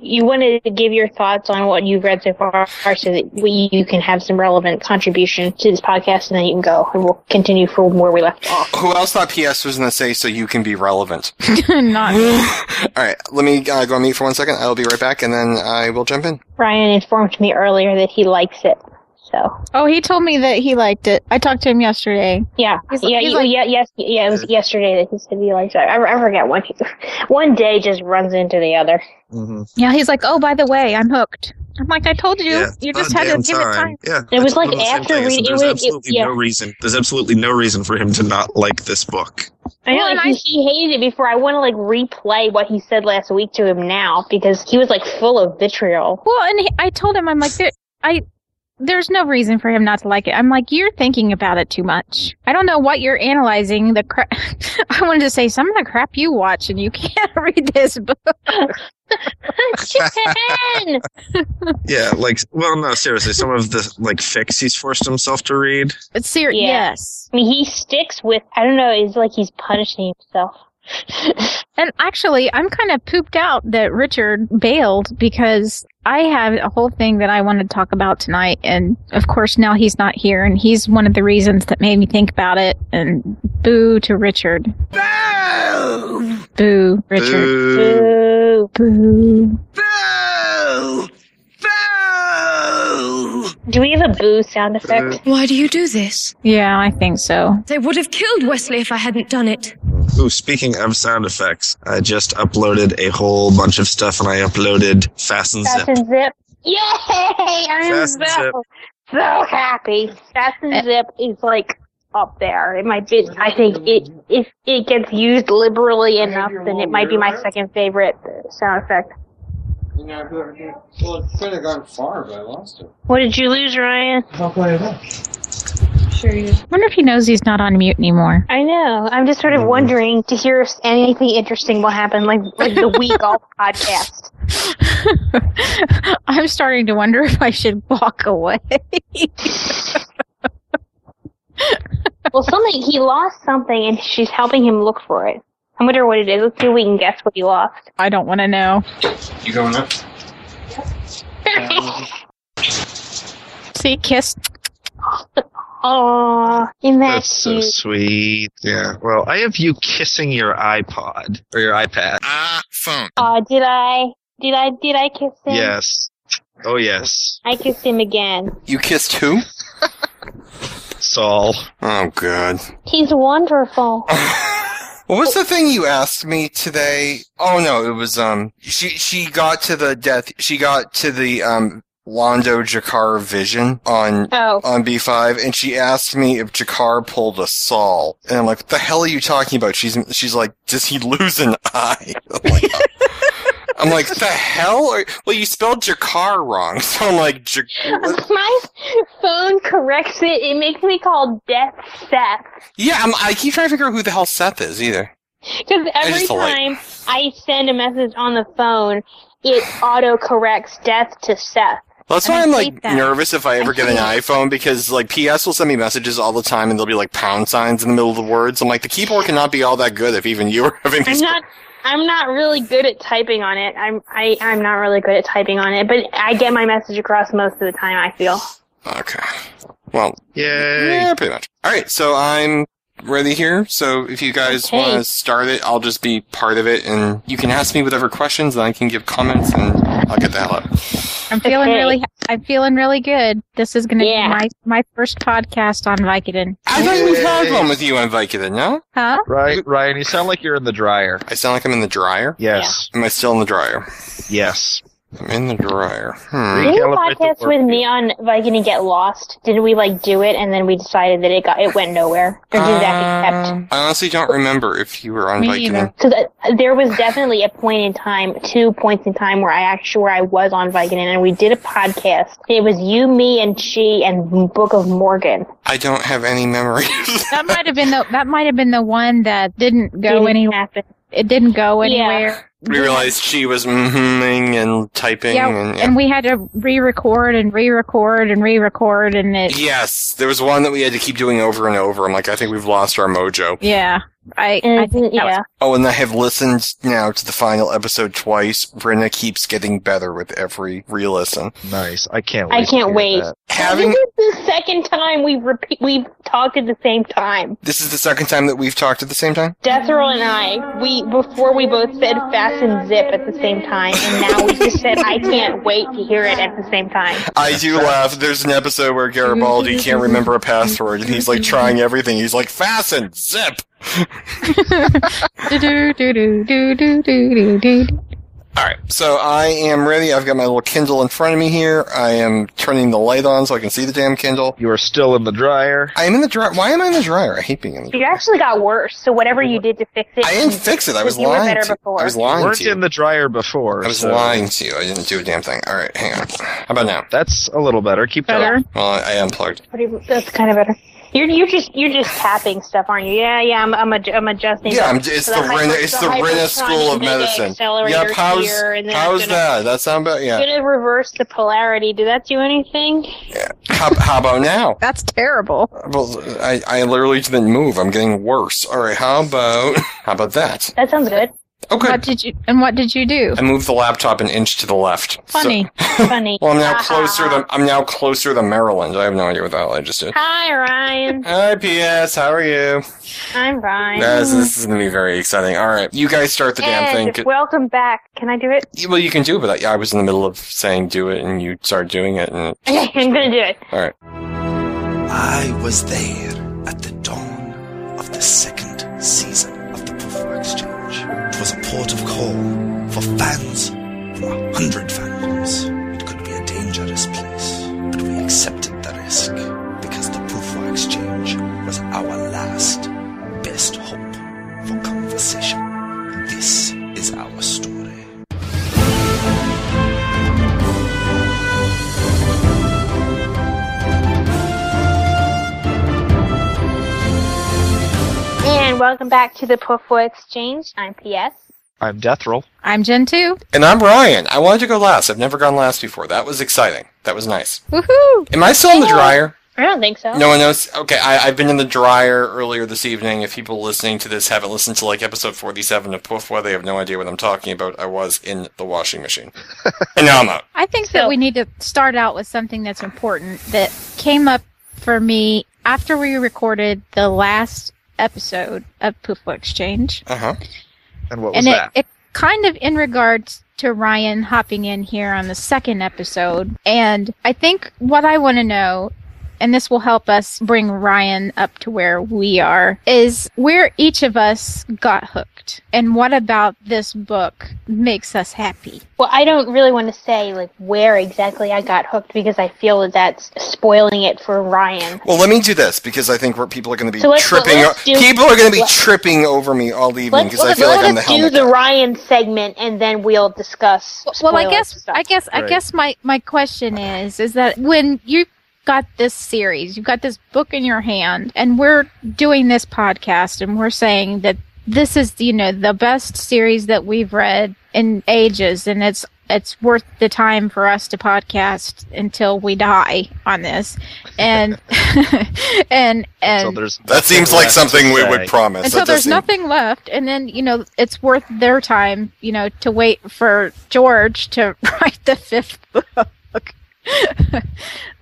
you wanted to give your thoughts on what you've read so far so that we, you can have some relevant contribution to this podcast, and then you can go, and we'll continue from where we left off. Who else thought PS was going to say so you can be relevant? Not me. All right, let me uh, go on mute for one second. I'll be right back, and then I will jump in. Brian informed me earlier that he likes it. So, Oh, he told me that he liked it. I talked to him yesterday. yeah. He's- yeah, he's you- like- yeah, yes, yeah, it was yesterday that he said he likes it. I, I forget one. one day just runs into the other. hmm Yeah, he's like, oh, by the way, I'm hooked. I'm like, I told you. Yeah, you about just had to damn give it time. Yeah, It was I like told him the same after thing. I said, reading- it There's was- it- absolutely yeah. no reason. There's absolutely no reason for him to not like this book. I know Well, like, and he, I- he hated it before. I want to like replay what he said last week to him now because he was like full of vitriol. Well, and he, I told him, I'm like, there, I, there's no reason for him not to like it. I'm like, you're thinking about it too much. I don't know what you're analyzing. The crap. I wanted to say some of the crap you watch, and you can't read this book. Jen! Yeah, like, well, no, seriously, some of the like fix he's forced himself to read. But ser- Yeah. yes. I mean, he sticks with. I don't know. It's like he's punishing himself. And actually, I'm kind of pooped out that Richard bailed because I have a whole thing that I wanted to talk about tonight. And of course, now he's not here, and he's one of the reasons that made me think about it. And boo to Richard. Boo, Richard. Boo. Boo. Boo. Do we have a boo sound effect? Why do you do this? Yeah, I think so. They would have killed Wesley if I hadn't done it. Ooh, speaking of sound effects, I just uploaded a whole bunch of stuff, and I uploaded Fasten Fast Zip. and zip. Yay! I'm Fast and so, Zip. so happy. Fast Eh. and zip is like up there. It might be. I think it if it gets used liberally enough, then it might be my second favorite sound effect. You know, I put it- well, it could have gone far, but I lost it. What did you lose, Ryan? How could I have? wonder if he knows he's not on mute anymore. I know. I'm just sort Mm-hmm. of wondering to hear if anything interesting will happen, like like the week off podcast. I'm starting to wonder if I should walk away. Well, something he lost something, and she's helping him look for it. I wonder what it is. Let's see if we can guess what he lost. I don't want to know. You going up? See, kiss. Aw, isn't that That's so cute? sweet. Yeah. Well, I have you kissing your iPod or your iPad. Ah, phone. Aw, did I? Did I? Did I kiss him? Yes. Oh yes, I kissed him again. You kissed who? Saul. Oh, God. He's wonderful. What was the thing you asked me today? Oh no, it was um she she got to the death she got to the um Londo Jakar vision on Oh, on B five and she asked me if Jakar pulled a Saul. And I'm like, what the hell are you talking about? She's she's like, Does he lose an eye? I'm like, I'm like, the hell are well you spelled Jakar wrong. So I'm like "Jak- what?" my phone corrects it. It makes me call Death Seth. Yeah, I'm, I keep trying to figure out who the hell Seth is either. Because every just like- time I send a message on the phone, it auto corrects death to Seth. Well, that's I why I'm hate like that. nervous if I ever get an iPhone because like PS will send me messages all the time and there'll be like pound signs in the middle of the words. I'm like the keyboard cannot be all that good if even you are having I'm these. not. I'm not really good at typing on it. I'm I, I'm not really good at typing on it, but I get my message across most of the time. I feel. okay. Well, Yay. yeah, pretty much. All right, so I'm ready here. So if you guys Okay. want to start it, I'll just be part of it, and you can ask me whatever questions, and I can give comments, and I'll get the hell out. I'm feeling Okay. really. I'm feeling really good. This is going to Yeah. be my my first podcast on Vicodin. I think we've had Yay. one with you on Vicodin. No, Huh? Right, Ryan, you sound like you're in the dryer. I sound like I'm in the dryer. Yes. Am I still in the dryer? Yes. I'm in the dryer. Hmm. Didn't you Recalibrate the podcast with me on Viking and Get Lost? Didn't we like do it and then we decided that it got it went nowhere? Or did that get kept? Um, I honestly don't remember if you were on Me Viking. either. Because there was definitely a point in time, two points in time where I actually where I was on Viking and we did a podcast. It was you, me, and she, and Book of Morgan. I don't have any memory. That might have been the that might have been the one that didn't go Didn't any. happen. It didn't go Yeah. anywhere. we realized she was mhming and typing. Yeah, and, yeah. and we had to re-record and re-record and re-record, and it. yes, there was one that we had to keep doing over and over. I'm like, I think we've lost our mojo. Yeah. I, And I Mm-hmm, think that was yeah. Oh, and I have listened now to the final episode twice. Brenna keeps getting better with every re-listen. Nice. I can't wait. I to can't hear wait. that. Having this is the second time we've repeat we've talked at the same time. this is the second time that we've talked at the same time. Deathrow and I, we before we both said fast and zip at the same time, and now we just said I can't wait to hear it at the same time. I do laugh. There's an episode where Garibaldi can't remember a password, and he's like trying everything. He's like fasten, zip. Do-do-do-do-do-do-do-do. All right, so I am ready. I've got my little Kindle in front of me here. I am turning the light on so I can see the damn Kindle. You are still in the dryer. I am in the dryer. Why am I in the dryer? I hate being in the It dryer. actually got worse. So whatever you did to fix it, I didn't fix it. I was You were lying better to you. before. I was You lying weren't to you. in the dryer before. I was so lying to you. I didn't do a damn thing. All right, hang on. How about now? That's a little better. Keep going. Better. Well, I, I unplugged. pretty, that's kind of better. You're you're just you're just tapping stuff, aren't you? Yeah, yeah. I'm I'm, ad- I'm adjusting. Yeah, that. I'm, it's So the, Rena, hyper- it's the Rena hypertonic School of mega Medicine. accelerator Yep, how's, here, and then I'm how's gonna- that? That sound about, yeah. Gonna reverse the polarity. Did that do anything? How, how about now? That's terrible. Well, I, I literally didn't move. I'm getting worse. All right, how about, how about that? That sounds good. Okay. What did you and what did you do? I moved the laptop an inch to the left. So- Funny. Funny. well, I'm now Ah. closer than I'm now closer than Maryland. I have no idea what the hell I just did. Hi, Ryan. Hi, P.S. How are you? I'm fine. Guys, this is gonna be very exciting. All right, you guys start the damn and thing. 'cause- welcome back. Can I do it? You- Well, you can do it, but I, I was in the middle of saying do it, and you started doing it, and Okay, I'm gonna do it. all right. I was there at the dawn of the second season of the Proof of Exchange. It was a port of call for fans from a hundred fandoms. It could be a dangerous place, but we accepted the risk because the Proof of Exchange was our last, best hope for conversation. This is our story. And welcome back to the Puffo Exchange. I'm PS. I'm death roll. I'm Gen 2. And I'm Ryan. I wanted to go last. I've never gone last before. That was exciting. That was nice. Woohoo! Am I still in the dryer? I don't think so. No one knows. Okay, I, I've been in the dryer earlier this evening. If people listening to this haven't listened to like episode forty-seven of Puffwa, they have no idea what I'm talking about. I was in the washing machine, and now I'm out. I think So- that we need to start out with something that's important that came up for me after we recorded the last episode of Poofo Exchange. Uh huh. And what was And it, that? it kind of in regards to Ryan hopping in here on the second episode. And I think what I want to know, and this will help us bring Ryan up to where we are, is where each of us got hooked and what about this book makes us happy. Well, I don't really want to say like where exactly I got hooked because I feel that that's spoiling it for Ryan. Well, let me do this because I think we're, people are going to be So let's- tripping. let's o- do- people are going to be let- tripping over me all evening Let's, because I feel like I'm the let's do helmet. the guy. Ryan segment and then we'll discuss. well i spoiler guess stuff. i guess i Right. guess my my question is is that when you got this series you've got this book in your hand and we're doing this podcast and we're saying that this is you know the best series that we've read in ages and it's it's worth the time for us to podcast until we die on this and and Until and there's That seems like something we would promise. until That there's does seem- nothing left and then you know it's worth their time you know to wait for george to write the fifth book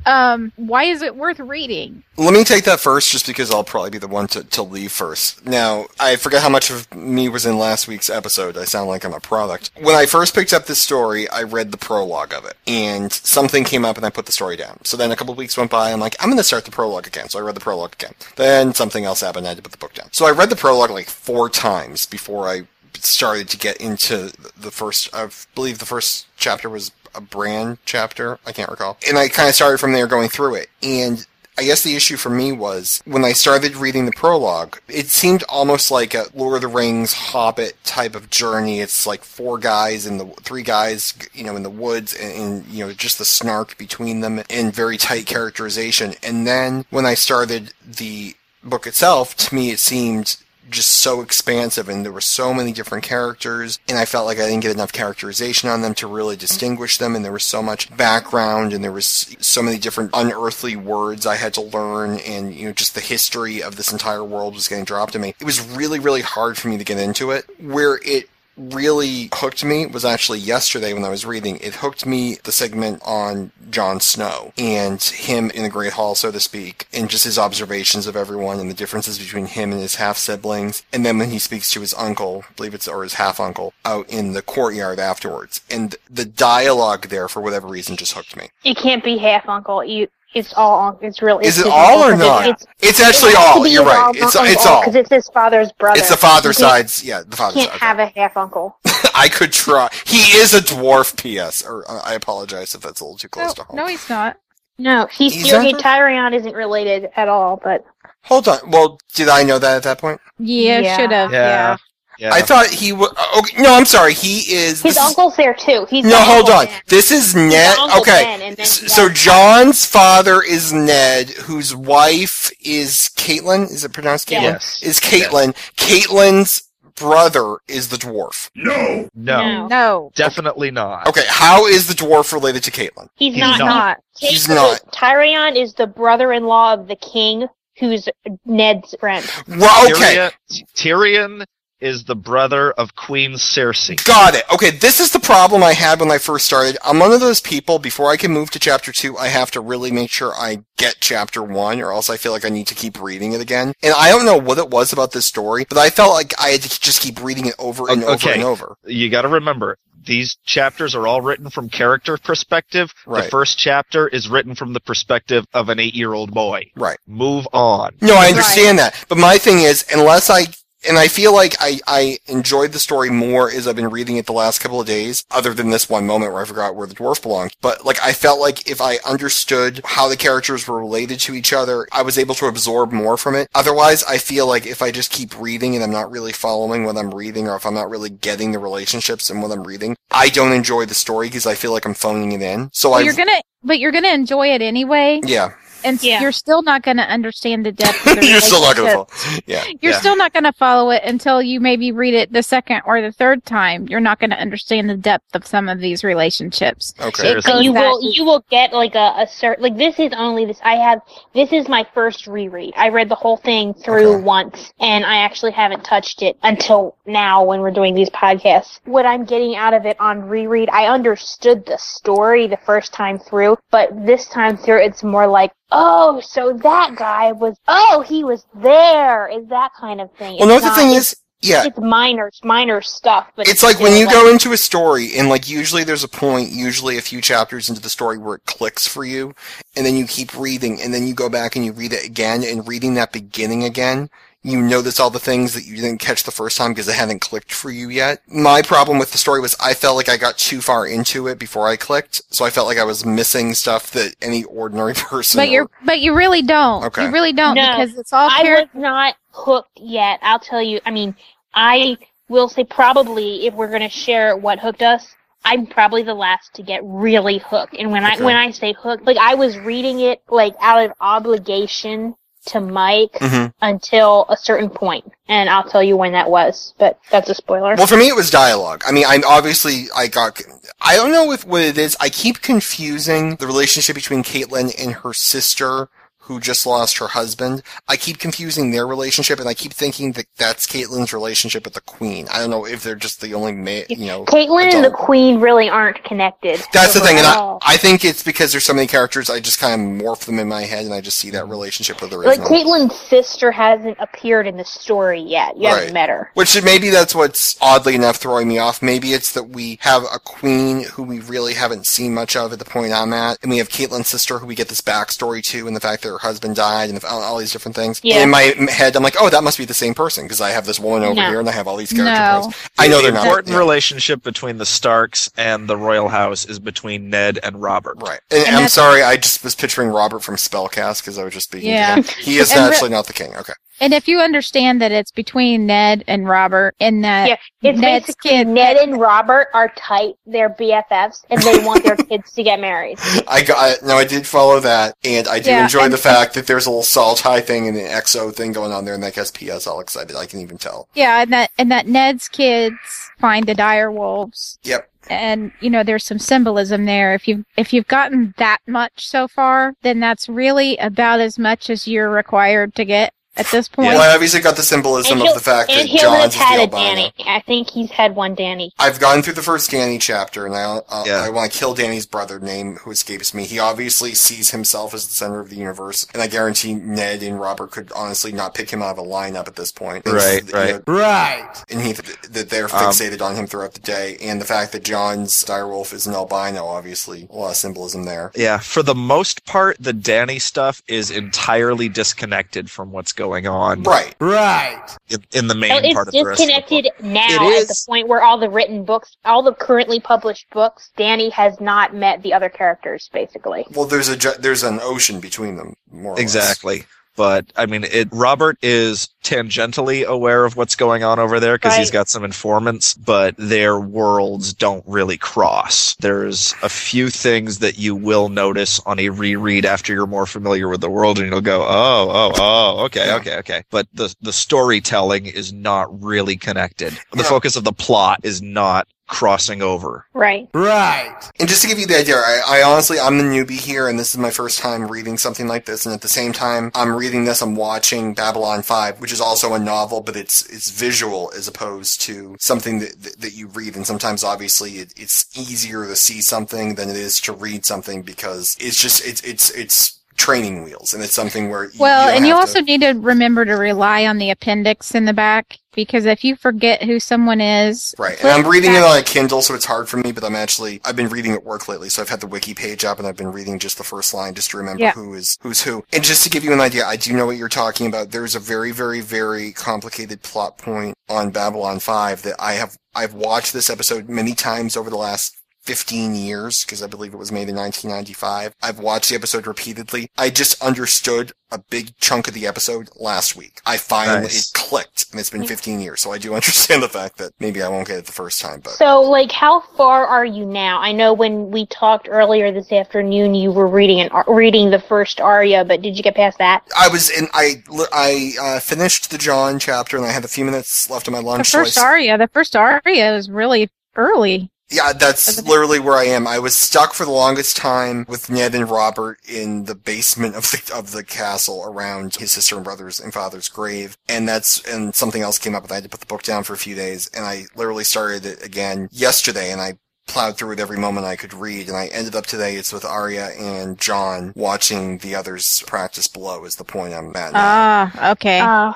um why is it worth reading Let me take that first, just because I'll probably be the one to, to leave first. Now, I forget how much of me was in last week's episode. I sound like I'm a product. When I first picked up this story, I read the prologue of it, and something came up, and I put the story down. So then a couple of weeks went by, I'm like, I'm going to start the prologue again. So I read the prologue again. Then something else happened, I had to put the book down. So I read the prologue like four times before I started to get into the first i believe the first chapter was a brand chapter i can't recall and i kind of started from there going through it and i guess the issue for me was when i started reading the prologue it seemed almost like a lord of the rings hobbit type of journey it's like four guys in the three guys you know in the woods and, and you know just the snark between them and very tight characterization and then when i started the book itself to me it seemed just so expansive and there were so many different characters and I felt like I didn't get enough characterization on them to really distinguish them and there was so much background and there was so many different unearthly words I had to learn and you know just the history of this entire world was getting dropped on me. It was really really hard for me to get into it where it really hooked me was actually yesterday when I was reading. It hooked me the segment on Jon Snow and him in the Great Hall, so to speak, and just his observations of everyone and the differences between him and his half siblings. And then when he speaks to his uncle, I believe it's or his half uncle, out in the courtyard afterwards. And the dialogue there, for whatever reason, just hooked me. It can't be half uncle. You, it's all uncle. It's real. it's Is it his uncle all or 'cause it- not? It's, It's actually it has to all. be You're his right. all- It's uncle, it's all. because it's his father's brother. It's the You father can't- side's. Yeah, the you father Can't side. have a half uncle. I could try. He is a dwarf. P.S. Or uh, I apologize if that's a little too close No, to home. Oh, no, he's not. No, he's He's Sergei uncle? Tyrion isn't related at all. But Hold on. Well, did I know that at that point? Yeah, Yeah. should have. Yeah. Yeah. Yeah. I thought he was. Okay, no, I'm sorry. He is. his this is- uncle's there too. He's no, the hold uncle on. then. This is He's the Ned. uncle okay. then, and then S- he So got- John's father is Ned, whose wife is Caitlin. Is it pronounced Caitlin? Yes. Is Caitlin. Caitlin's brother is the dwarf. No. No. No, Definitely not. Okay, how is the dwarf related to Caitlin? he's, He's not. not. He's, He's not. Tyrion is the brother-in-law of the king, who's Ned's friend. Well, okay. Tyrion, Tyrion is the brother of Queen Cersei. Got it. Okay, this is the problem I had when I first started. I'm one of those people, before I can move to chapter two, I have to really make sure I get chapter one, or else I feel like I need to keep reading it again. And I don't know what it was about this story, but I felt like I had to just keep reading it over and O- over okay. and over. You got to remember, these chapters are all written from character perspective. Right. The first chapter is written from the perspective of an eight-year-old boy. Right. Move on. No, I understand that. But my thing is, unless I, and I feel like I, I enjoyed the story more as I've been reading it the last couple of days, other than this one moment where I forgot where the dwarf belonged. But like, I felt like if I understood how the characters were related to each other, I was able to absorb more from it. Otherwise, I feel like if I just keep reading and I'm not really following what I'm reading, or if I'm not really getting the relationships and what I'm reading, I don't enjoy the story because I feel like I'm phoning it in. So But I, you're gonna, but you're gonna enjoy it anyway, yeah, and s- Yeah. you're still not gonna understand the depth. Of the you're still not gonna relationship. fall. Yeah. You're Yeah. still not gonna follow it until you maybe read it the second or the third time. You're not gonna understand the depth of some of these relationships. Okay. Seriously. So you will Exactly. you will get like a, a cert like this is only this I have this is my first reread. I read the whole thing through Okay. once and I actually haven't touched it until now when we're doing these podcasts. What I'm getting out of it on reread, I understood the story the first time through, but this time through it's more like, oh, so that guy was oh, he was there is that kind of thing. Well, no, It's the not- thing is, yeah, it's minor minor stuff, but it's like when still, you go into a story and like usually there's a point usually a few chapters into the story where it clicks for you and then you keep reading and then you go back and you read it again and reading that beginning again you notice all the things that you didn't catch the first time because it hadn't clicked for you yet. My problem with the story was I felt like I got too far into it before I clicked, so I felt like I was missing stuff that any ordinary person. But you're, but you really don't. Okay. You really don't No. because it's all I was character. not hooked yet. I'll tell you. I mean, I will say probably if we're going to share what hooked us, I'm probably the last to get really hooked. And when Okay. I when I say hooked, like I was reading it like out of obligation to Mike hmm until a certain point, and I'll tell you when that was. But that's a spoiler. Well, for me, it was dialogue. I mean, I'm obviously, I got, I don't know if what it is. I keep confusing the relationship between Caitlyn and her sister, who just lost her husband. I keep confusing their relationship, and I keep thinking that that's Caitlyn's relationship with the queen. I don't know if they're just the only, ma- you know. Caitlyn and the adult. Queen really aren't connected. That's the thing, and I, overall. I think it's because there's so many characters, I just kind of morph them in my head, and I just see that relationship with the like Caitlyn's sister hasn't appeared in the story yet. You Right. haven't met her. Which maybe that's what's oddly enough throwing me off. Maybe it's that we have a queen who we really haven't seen much of at the point I'm at, and we have Caitlyn's sister who we get this backstory to, and the fact that her husband died, and the, all, all these different things. Yeah. And in my m- head, I'm like, oh, that must be the same person because I have this woman over No. here, and I have all these character No, points. I know The they're not important yeah, Important relationship between the Starks and the royal house is between Ned and Robert. right. And, And I'm that's- sorry, I just was picturing Robert from Spellcast because I was just speaking. Yeah. To him. He is And re- actually not the king. Okay. And if you understand that it's between Ned and Robert, and that Yeah, It's Ned's basically kid, Ned and Robert are tight. They're BFFs, and they want their kids to get married. I got now. I did follow that, and I do Yeah, enjoy and- the fact that there's a little salt high thing and an XO thing going on there, and that gets PS all excited. I can even tell. yeah, and that and that Ned's kids find the dire wolves. Yep. And you know, there's some symbolism there. If you if you've gotten that much so far, then that's really about as much as you're required to get at this point. Well, I obviously got the symbolism And of he'll- the fact that And he'll have John's is the had a albino. Danny. I think he's had one Danny. I've gone through the first Danny chapter, and I uh, Yeah. I want to kill Danny's brother, name who escapes me. He obviously sees himself as the center of the universe, and I guarantee Ned and Robert could honestly not pick him out of a lineup at this point. It's- Right, you right. know, Right. and he, that they're Um, fixated on him throughout the day, and the fact that John's direwolf is an albino, obviously, a lot of symbolism there. Yeah, for the most part, the Danny stuff is entirely disconnected from what's going on Right. Right. in, in the main So part it's of the rest of the disconnected now It at the is. point where all the written books, all the currently published books, Danny has not met the other characters, basically. Well, there's a ju- there's an ocean between them, more or less. Exactly. But I mean, it, Robert is tangentially aware of what's going on over there because he's Right. got some informants, but their worlds don't really cross. There's a few things that you will notice on a reread after you're more familiar with the world, and you'll go, "Oh, oh, oh, okay, okay, okay." But the the storytelling is not really connected. The Yeah. focus of the plot is not crossing over. Right. Right. And just to give you the idea, I, I honestly, I'm the newbie here, and this is my first time reading something like this. And at the same time, I'm reading this, I'm watching Babylon 5, which is also a novel, but it's it's visual as opposed to something that, that, that you read. And sometimes, obviously, it, it's easier to see something than it is to read something because it's just, it's, it's, it's training wheels, and it's something where you, Well, you don't and you have also to, need to remember to rely on the appendix in the back because if you forget who someone is, Right, and I'm reading it back- on a Kindle, so it's hard for me. But I'm actually I've been reading at work lately, so I've had the wiki page up and I've been reading just the first line just to remember Yeah. who is who's who. And just to give you an idea, I do know what you're talking about. There's a very, very, very complicated plot point on Babylon Five that I have I've watched this episode many times over the last 15 years because I believe it was made in 1995. I've watched the episode repeatedly. I just understood a big chunk of the episode last week. I finally Nice. it clicked and it's been 15 years. So I do understand the fact that maybe I won't get it the first time, but So, like, how far are you now? I know when we talked earlier this afternoon, you were reading an, reading the first aria, but did you get past that? I was in I li- I uh, finished the John chapter and I had a few minutes left on my the lunch so I first s- aria, the first aria is really early. Yeah, that's Wasn't it? literally where I am. I was stuck for the longest time with Ned and Robert in the basement of the of the castle around his sister and brother's and father's grave, and that's and something else came up, and I had to put the book down for a few days, and I literally started it again yesterday, and I plowed through it every moment I could read, and I ended up today. It's with Arya and John watching the others practice below. Is the point I'm at? now. Ah, okay. Uh,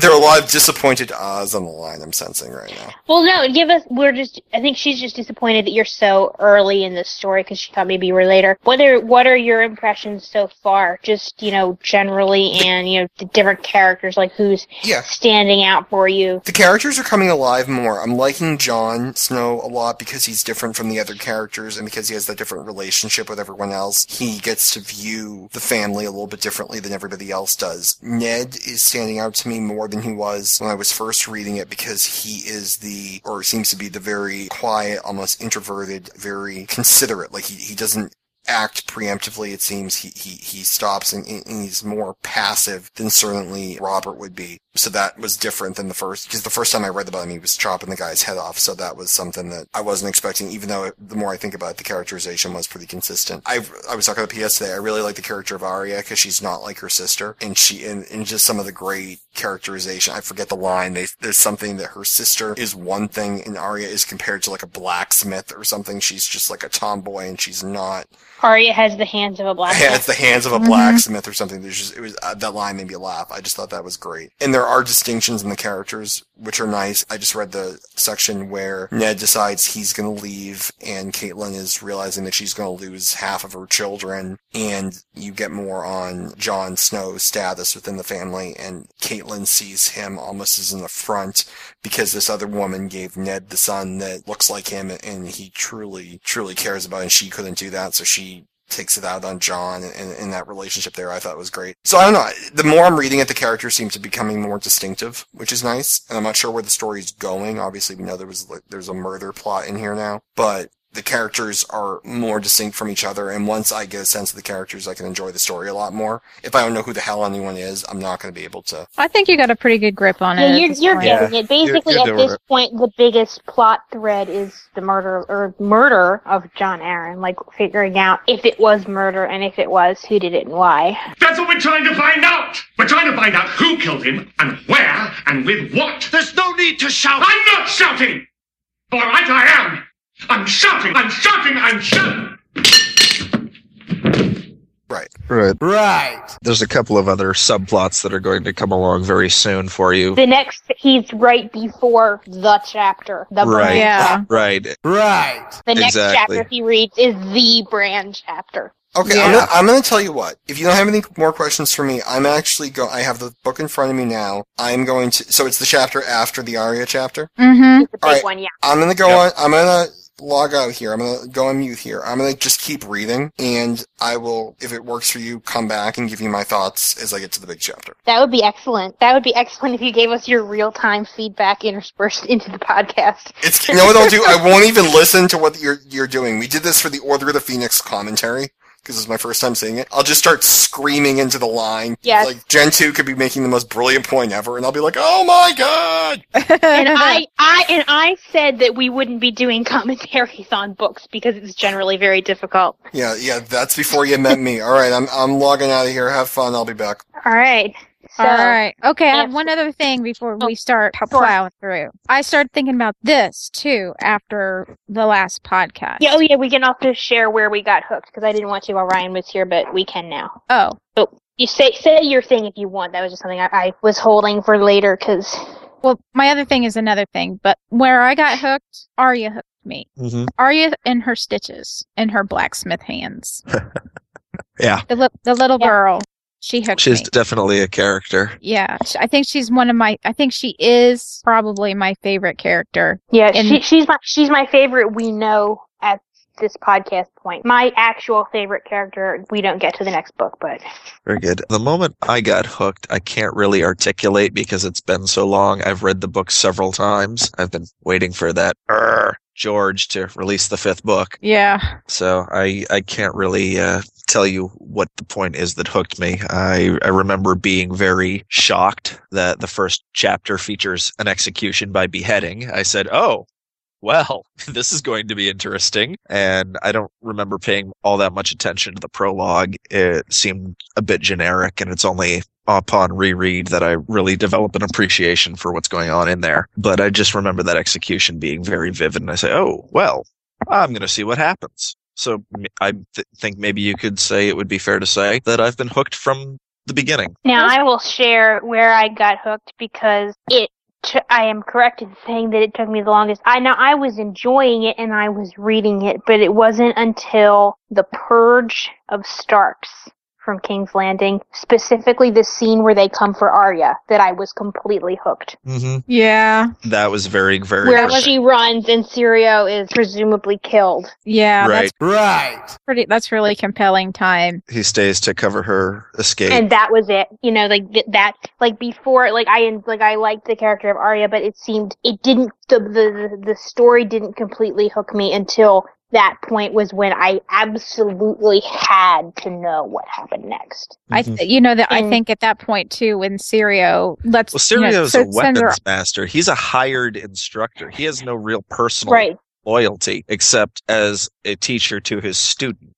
there are a lot of disappointed ahs on the line. I'm sensing right now. well, no, give us. We're just. I think she's just disappointed that you're so early in this story because she thought maybe you were later. What are What are your impressions so far? Just you know, generally, and you know, the different characters, like who's Yeah. standing out for you. The characters are coming alive more. I'm liking Jon Snow a lot because he's different from the other characters and because he has that different relationship with everyone else. He gets to view the family a little bit differently than everybody else does. Ned is standing out to me more than he was when I was first reading it because he is the, or seems to be the very quiet, almost introverted, very considerate. Like he, he doesn't act preemptively. It seems he he, he stops and, and he's more passive than certainly Robert would be. So that was different than the first because the first time I read about him, he was chopping the guy's head off. So that was something that I wasn't expecting. Even though it, the more I think about it, the characterization was pretty consistent. I I was talking to PS today. I really like the character of Arya because she's not like her sister, and she and, and just some of the great characterization. I forget the line. They, there's something that her sister is one thing, and Arya is compared to like a blacksmith or something. She's just like a tomboy, and she's not. Arya has the hands of a black. Yeah, it's the hands of a Mhm. blacksmith or something. There's just it was uh, that line made me laugh. I just thought that was great. And there are distinctions in the characters which are nice. I just read the section where Ned decides he's going to leave, and Caitlin is realizing that she's going to lose half of her children. And you get more on Jon Snow's status within the family, and Caitlin sees him almost as an affront because this other woman gave Ned the son that looks like him and he truly, truly cares about it, and she couldn't do that, so she takes it out on John and, and, and that relationship there. I thought was great. So I don't know. The more I'm reading it, the characters seem to be becoming more distinctive, which is nice. And I'm not sure where the story's going. Obviously, we know there was like, there's a murder plot in here now, but the characters are more distinct from each other. And once I get a sense of the characters, I can enjoy the story a lot more. If I don't know who the hell anyone is, I'm not going to be able to. I think you got a pretty good grip on it. Yeah, at you're, this you're point. Yeah. getting it. Basically, you're at doing this it. point, the biggest plot thread is the murder or murder of John Aaron. Like figuring out if it was murder and if it was, who did it and why. That's what we're trying to find out. We're trying to find out who killed him and where and with what. There's no need to shout. I'm not shouting. All right, I am. I'm shouting. I'm shouting. I'm shouting. Right. Right. There's a couple of other subplots that are going to come along very soon for you. The next, he's right before the chapter. The Right. brand. Yeah. Right. Right. The next Exactly. chapter he reads is the brand chapter. Okay, I'm, Yeah. gonna, I'm gonna tell you what. If you don't have any more questions for me, I'm actually go. I have the book in front of me now. I'm going to. So it's the chapter after the Aria chapter. Mm-hmm. It's a big All right. one, yeah. I'm gonna go Yep. on. I'm gonna log out here. I'm gonna go on mute here. I'm gonna just keep reading, and I will, if it works for you, come back and give you my thoughts as I get to the big chapter. That would be excellent. That would be excellent if you gave us your real time feedback interspersed into the podcast. It's you know what I'll do. I won't even listen to what you're you're doing. We did this for the Order of the Phoenix commentary. Because it's my first time seeing it, I'll just start screaming into the line. Yes. Like Gen two could be making the most brilliant point ever, and I'll be like, "Oh my god!" and I, I, and I said that we wouldn't be doing commentaries on books because it's generally very difficult. Yeah, yeah, that's before you met me. All right, I'm I'm logging out of here. Have fun. I'll be back. All right. So, All right. Okay. I have Yes. one other thing before Oh, we start sure. plowing through. I started thinking about this too after the last podcast. Yeah, oh yeah, we can also share where we got hooked because I didn't want to while Ryan was here, but we can now. Oh, You say say your thing if you want. That was just something I, I was holding for later because well, my other thing is another thing, but where I got hooked, Arya hooked me. Mm-hmm. Arya and her stitches and her blacksmith hands. Yeah. The, li- the little Yeah. girl, she hooked She's me. definitely a character. Yeah, sh- I think she's one of my. I think she is probably my favorite character. Yeah, And- she, she's my she's my favorite. We know at this podcast point. My actual favorite character. We don't get to the next book, but Very good. The moment I got hooked, I can't really articulate because it's been so long. I've read the book several times. I've been waiting for that "Arr," George to release the fifth book. Yeah, So I I can't really uh, tell you what the point is that hooked me. I I remember being very shocked that the first chapter features an execution by beheading. I said, "Oh, well, this is going to be interesting." And I don't remember paying all that much attention to the prologue. It seemed a bit generic, and it's only upon reread that I really develop an appreciation for what's going on in there. But I just remember that execution being very vivid, and I say, "Oh, well." I'm going to see what happens. So m- I th- think maybe you could say it would be fair to say that I've been hooked from the beginning. now I will share where I got hooked because it. T- I am correct in saying that it took me the longest. I now I was enjoying it and I was reading it, but it wasn't until the purge of Starks from King's Landing, specifically the scene where they come for Arya, that I was completely hooked. Mm-hmm. yeah, That was very, very. Where interesting. she runs and Sirio is presumably killed. yeah. right. That's Right. pretty. That's really compelling time. He stays to cover her escape. and that was it you know like th- that like before like i like i liked the character of arya but it seemed it didn't the the the story didn't completely hook me until that point was when i absolutely had to know what happened next Mhm. I, Mm-hmm. th- you know, that I And- think at that point too, when Sirio lets well, you know, Sirio's so- a sends her- weapons master. He's a hired instructor. He has no real personal right loyalty except as a teacher to his student.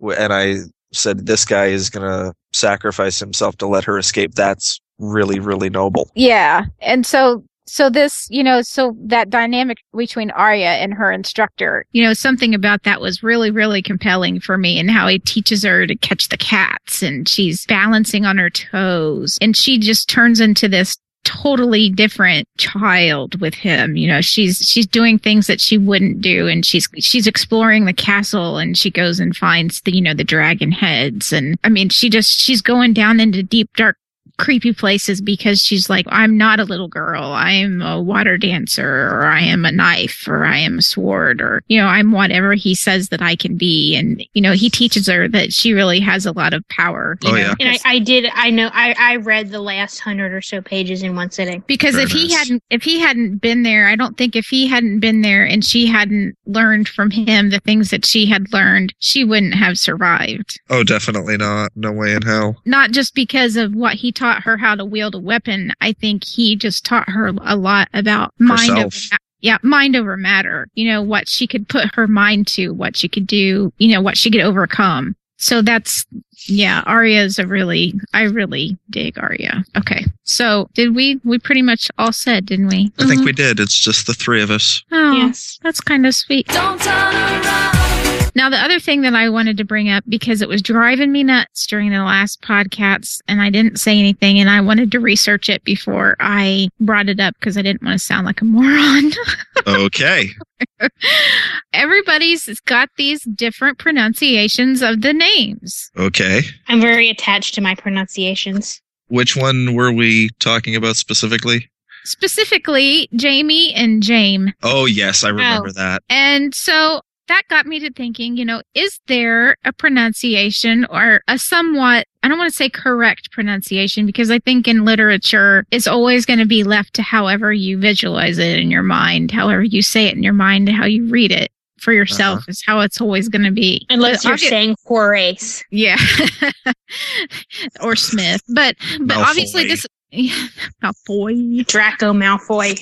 W- And I said, this guy is going to sacrifice himself to let her escape. That's really, really noble. Yeah, and so so this, you know, so that dynamic between Arya and her instructor, you know, something about that was really really compelling for me, and how he teaches her to catch the cats, and she's balancing on her toes, and she just turns into this totally different child with him you know she's she's doing things that she wouldn't do and she's she's exploring the castle and she goes and finds the you know the dragon heads and i mean she just she's going down into deep dark creepy places because she's like, I'm not a little girl. I am a water dancer or I am a knife or I am a sword or, you know, I'm whatever he says that I can be. And, you know, he teaches her that she really has a lot of power. you Oh, know? yeah. And I, I did. I know. I, I read the last hundred or so pages in one sitting. because Very if he nice. hadn't if he hadn't been there i don't think if he hadn't been there and she hadn't learned from him the things that she had learned she wouldn't have survived Oh, definitely not. No way in hell. not just because of what he taught her how to wield a weapon i think he just taught her a lot about mind over Herself. ma- yeah mind over matter you know what she could put her mind to what she could do you know what she could overcome so that's yeah aria's a really i really dig aria okay so did we we pretty much all said didn't we I think we did. It's just the three of us. Oh, Yes. that's kind of sweet. Don't turn around. Now, the other thing that I wanted to bring up because it was driving me nuts during the last podcast and I didn't say anything and I wanted to research it before I brought it up because I didn't want to sound like a moron. Okay. Everybody's got these different pronunciations of the names. Okay. I'm very attached to my pronunciations. Which one were we talking about specifically? Specifically, Jamie and Jame. Oh, yes, I remember that. And so that got me to thinking, you know, is there a pronunciation or a somewhat, I don't want to say correct pronunciation because I think in literature it's always going to be left to however you visualize it in your mind, however you say it in your mind, how you read it for yourself is how it's always going to be. Unless But you're obvi- saying Horace. yeah. or Smith. But, but obviously Malfoy. this, yeah, Malfoy. Draco Malfoy.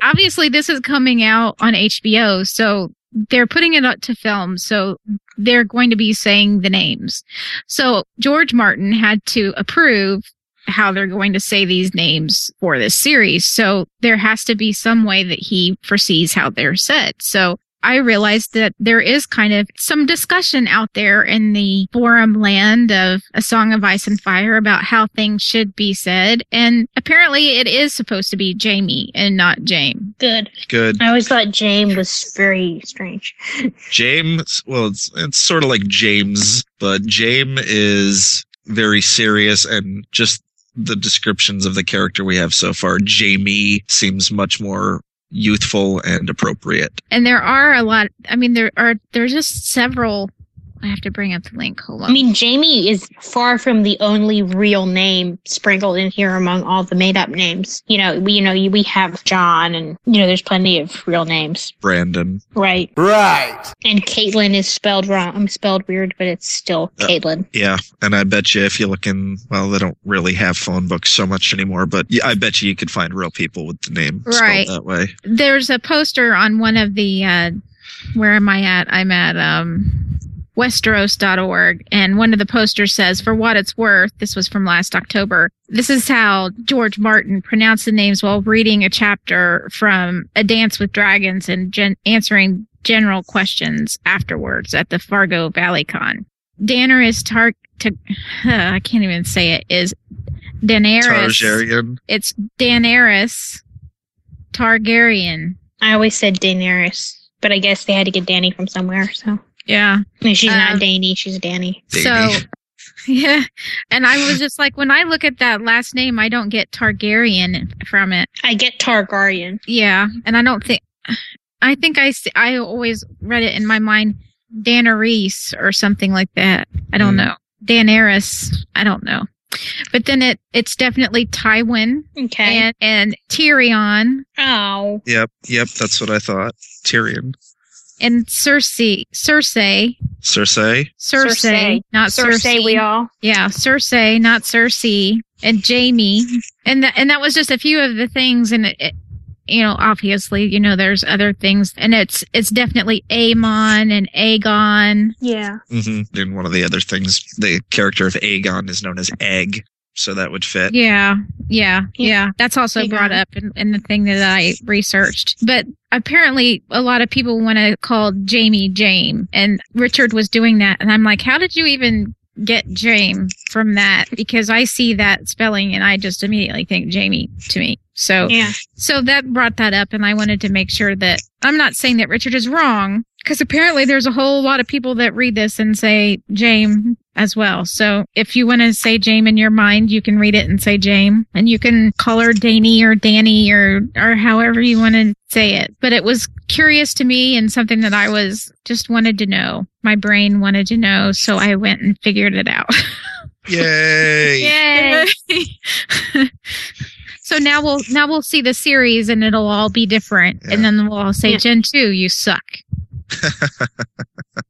obviously this is coming out on HBO, so they're putting it up to film, so they're going to be saying the names. So George Martin had to approve how they're going to say these names for this series. So there has to be some way that he foresees how they're said. So I realized that there is kind of some discussion out there in the forum land of A Song of Ice and Fire about how things should be said. And apparently it is supposed to be Jamie and not Jame. Good. Good. I always thought James was very strange. James, well, it's, it's sort of like James, but James is very serious and just the descriptions of the character we have so far. Jamie seems much more youthful and appropriate. And there are a lot, I mean, there are, there's just several. I have to bring up the link. Hold on. I mean, Jamie is far from the only real name sprinkled in here among all the made-up names. You know, we you know we have John, and you know there's plenty of real names, Brandon. right? Right. And Caitlin is spelled wrong. I'm spelled weird, but it's still Uh, Caitlin. Yeah, and I bet you if you look in, well, they don't really have phone books so much anymore, but yeah, I bet you you could find real people with the name Right. spelled that way. there's a poster on one of the uh where am i at i'm at um westeros.org and one of the posters says for what it's worth this was from last october this is how george martin pronounced the names while reading a chapter from a dance with dragons and gen- answering general questions afterwards at the fargo valley con danaris tar T- i can't even say it is danaris Targaryen. it's Daenerys Targaryen. I always said Daenerys, but I guess they had to get Danny from somewhere. So Yeah. I mean, she's Um, not Danny, she's Danny. Danny. So yeah. And I was just like when I look at that last name, I don't get Targaryen from it. I get Targaryen. Yeah. And I don't think I think I s- I always read it in my mind Daenerys or something like that. I don't Hmm. know. Daenerys, I don't know. But then it it's definitely Tywin Okay. and and Tyrion. oh, Yep, yep, that's what I thought. Tyrion. and Cersei, Cersei, Cersei. Cersei, Cersei. not Cersei. Cersei, we all. yeah, Cersei, not Cersei, and Jamie, and that and that was just a few of the things, and it, it, you know, obviously, you know, there's other things, and it's it's definitely Aemon and Aegon. Yeah. Mm-hmm. And one of the other things, the character of Aegon is known as Egg, so that would fit. Yeah, yeah, Yeah. yeah. That's also Aegon. brought up in, in the thing that I researched. But apparently, a lot of people want to call Jamie Jame, and Richard was doing that, and I'm like, how did you even get Jame from that? Because I see that spelling, and I just immediately think Jamie to me. So, Yeah. so that brought that up, and I wanted to make sure that I'm not saying that Richard is wrong, because apparently there's a whole lot of people that read this and say Jame as well. So if you want to say Jame in your mind, you can read it and say Jame, and you can call her Danny or Danny or or however you want to say it. But it was curious to me and something that I was just wanted to know. My brain wanted to know, so I went and figured it out. Yay! Yay. so now we'll now we'll see the series and it'll all be different and then we'll all say Yeah. gen 2 you suck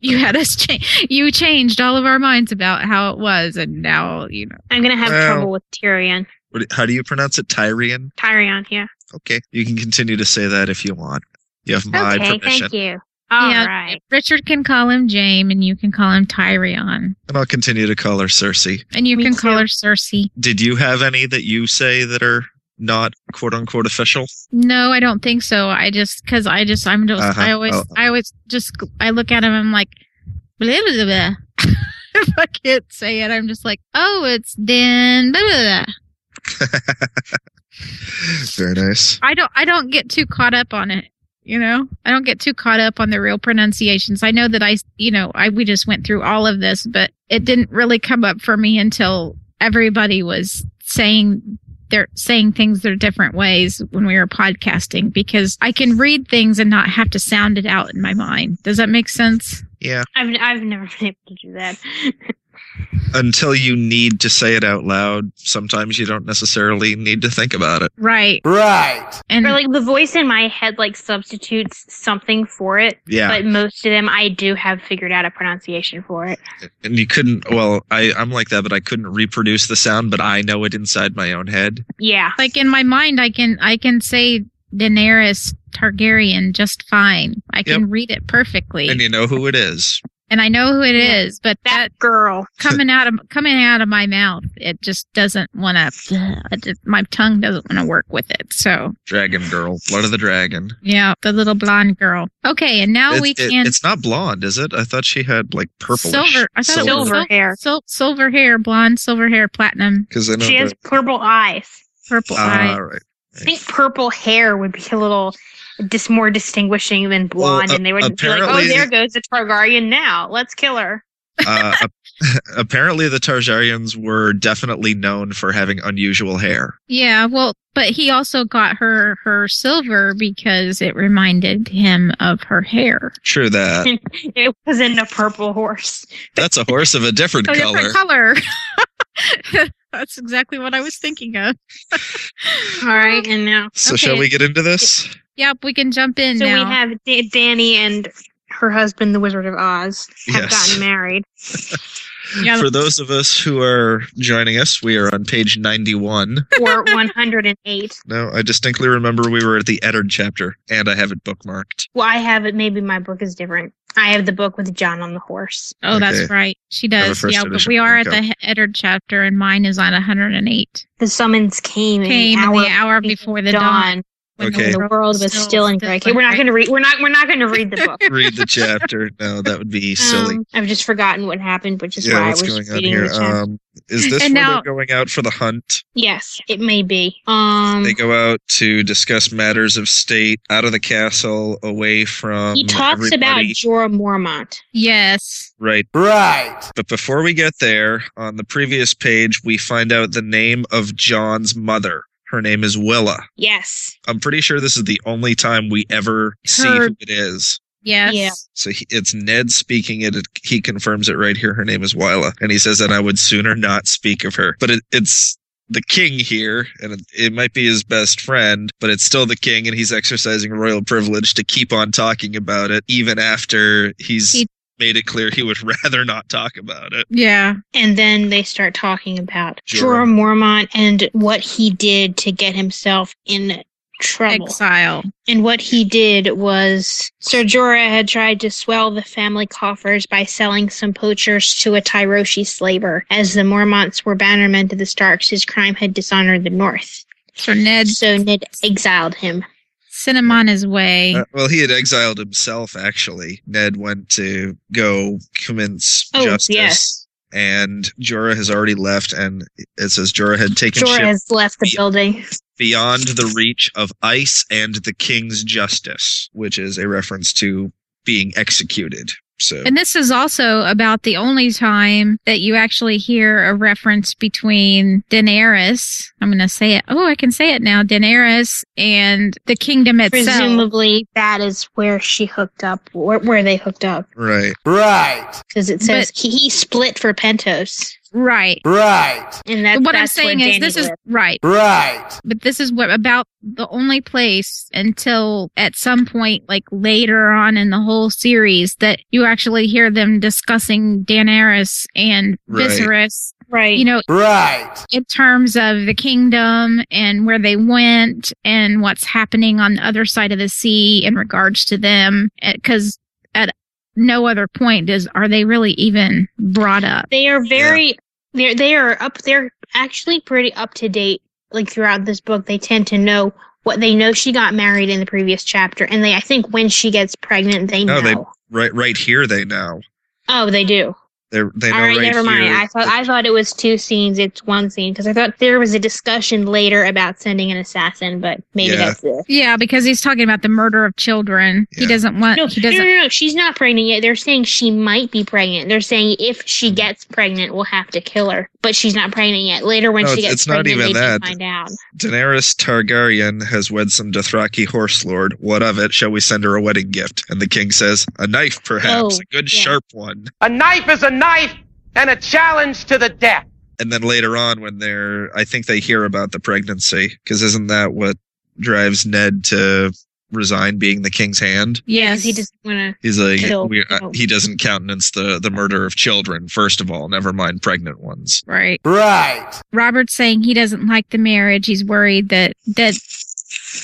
you had us change you changed all of our minds about how it was and now you know I'm gonna have Well. trouble with Tyrion. What- How do you pronounce it? Tyrian? Tyrion, yeah. Okay. You can continue to say that if you want. You have my okay, permission. thank you. All right. Yeah. richard can call him jame and you can call him tyrion And I'll continue to call her Cersei. and you Me can call too. her cersei Did you have any that you say that are not quote unquote official? no i don't think so i just because i just i'm just Uh-huh. i always Oh. i always just i look at him i'm like blah, blah, blah. if i can't say it i'm just like oh it's then blah, blah, blah. Very nice. I don't I don't get too caught up on it. You know, I don't get too caught up on the real pronunciations. I know that I, you know, I we just went through all of this, but it didn't really come up for me until everybody was saying they're saying things their different ways when we were podcasting because I can read things and not have to sound it out in my mind. Does that make sense? Yeah. I've I've never been able to do that. Until you need to say it out loud, sometimes you don't necessarily need to think about it. Right. Right. And or like the voice in my head like substitutes something for it, Yeah. but most of them I do have figured out a pronunciation for it. and you couldn't well I, i'm like that but i couldn't reproduce the sound but i know it inside my own head Yeah. like in my mind i can i can say daenerys targaryen just fine i can read it perfectly and and, you know who it is i know who it is, Yeah. but that that girl. coming out of coming out of my mouth it just doesn't want to my tongue doesn't want to work with it so dragon girl blood of the dragon yeah the little blonde girl okay and now it's, we it- can it's not blonde is it i thought she had like purple silver i thought it was Silver sil- hair. sil- silver hair blonde silver hair platinum because i know She has that, purple eyes. purple eye Ah, right. I think purple hair would be a little dis- more distinguishing than blonde, a- and they would be like, "Oh, apparently- there goes the Targaryen now. Let's kill her." uh, ap- apparently the targaryens were definitely known for having unusual hair yeah well but he also got her her silver because it reminded him of her hair true that it wasn't a purple horse. that's a horse of a different a color Oh, different color. That's exactly what I was thinking of. All right, and now so Okay. shall we get into this Yep, we can jump in so now. we have D- Danny and her husband, the Wizard of Oz, have Yes. gotten married. Yeah. for those of us who are joining us we are on page 91 or 108. No, I distinctly remember we were at the Eddard chapter, and I have it bookmarked. Well, I have it. Maybe my book is different. I have the book with John on the horse. oh, that's okay. right. She have a does. first Yeah, but edition. we are at Okay. the Eddard chapter, and mine is on 108. The summons came, Came an in hour the hour before the dawn. dawn, when Okay. when the world was Still- still in still gray. Okay, we're not gray. going to read. We're not. We're not going to read the book. Read the chapter. No, that would be silly. Um, I've just forgotten what happened, which is yeah, why I what's was going on reading here? the chat. Um, is this And where now- they're going out for the hunt? yes, it may be. Um, They go out to discuss matters of state, out of the castle, away from. he talks about um, everybody. Jorah Mormont. Yes. Right. Right. But before we get there, on the previous page, we find out the name of John's mother. Her name is Willa. Yes, I'm pretty sure this is the only time we ever see Her- who it is. Yes. Yeah. So he, it's Ned speaking it. It- He confirms it right here. Her name is Wyla, and he says that I would sooner not speak of her. But it, it's the king here, and it, it might be his best friend, but it's still the king, and he's exercising royal privilege to keep on talking about it, even after he's He- made it clear he would rather not talk about it. Yeah. and then they start talking about Jorah. Jorah Mormont and what he did to get himself in trouble. Exile. And what he did was Sir Jorah had tried to swell the family coffers by selling some poachers to a Tyroshi slaver. As the Mormonts were bannermen to the Starks, his crime had dishonored the North. So Ned So Ned exiled him. sent him on his way. Uh, well, he had exiled himself, actually. Ned went to go commence Oh, justice. yes. And Jorah has already left, and it says Jorah had taken Jorah ship has left the Yeah. building. beyond the reach of ice and the king's justice, which is a reference to being executed. So And this is also about the only time that you actually hear a reference between Daenerys. I'm going to say it. Oh, I can say it now. Daenerys and the kingdom itself. Presumably, that is where she hooked up, where, where they hooked up, right, Right. because it says he, he split for Pentos, Right. Right. and that, what I'm that's when saying is Dany this is lived. right. Right. But this is what about the only place until at some point, like later on in the whole series, that you actually hear them discussing Daenerys and Right. Viserys, right. you know, Right. in terms of the kingdom and where they went and what's happening on the other side of the sea in regards to them. Because at no other point does are they really even brought up. they are very they're they are up they're actually pretty up to date like throughout this book they tend to know what they know she got married in the previous chapter and they i think when she gets pregnant they know No, they- right, right here they know. oh they do They're, they know all right, right never mind here i thought i thought it was two scenes it's one scene because i thought there was a discussion later about sending an assassin but maybe Yeah. that's this Yeah, because he's talking about the murder of children. He Yeah. doesn't want. no, he no, no, doesn't. no, she's not pregnant yet. They're saying she might be pregnant. They're saying if she Hmm. gets pregnant, we'll have to kill her. But she's not pregnant yet. Later, when No, she it's- gets it's not pregnant, even they that. can find out. Daenerys Targaryen has wed some Dothraki horse lord. What of it? Shall we send her a wedding gift? And the king says, a knife, perhaps, Oh, a good yeah. sharp one. A knife is a knife and a challenge to the death. And then later on, when they're, I think they hear about the pregnancy, because isn't that what drives Ned to resign being the king's hand? Because Yes, he doesn't want to. He's like, Kill. we, uh, Kill. he doesn't countenance the, the murder of children, first of all, never mind pregnant ones. Right. Right. Robert's saying he doesn't like the marriage. He's worried that that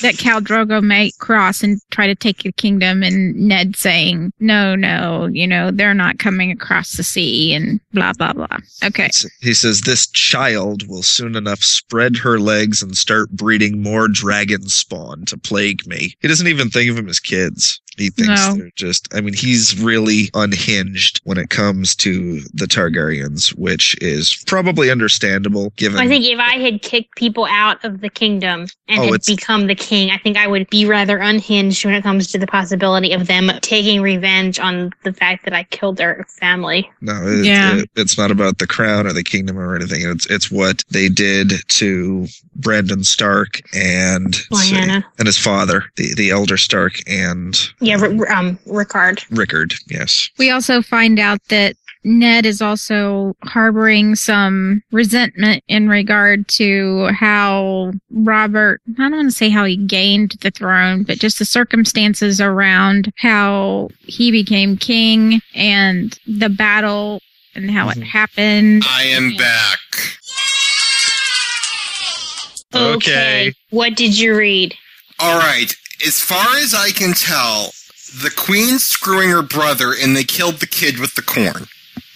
that Cal Drogo may cross and try to take the kingdom. And Ned saying, "No, no, you know they're not coming across the sea." And blah blah blah. Okay. S- He says, this child will soon enough spread her legs and start breeding more dragon spawn to plague me. He doesn't even think of them as kids. He thinks No. they're just, I mean, he's really unhinged when it comes to the Targaryens, which is probably understandable given. I think if I had kicked people out of the kingdom and Oh, had it's- become the king, I think I would be rather unhinged when it comes to the possibility of them taking revenge on the fact that I killed their family. No, it, Yeah. it- it's not about the crown or the kingdom or anything. It's it's what they did to Brandon Stark and let's see, Lyanna. and his father, the the elder Stark and Yeah, R- R- um, Ricard. Rickard. Yes, We also find out that Ned is also harboring some resentment in regard to how Robert, I don't want to say how he gained the throne, but just the circumstances around how he became king and the battle and how it happened. I am back. Okay. What did you read? All right. As far as I can tell, the queen's screwing her brother, and they killed the kid with the corn.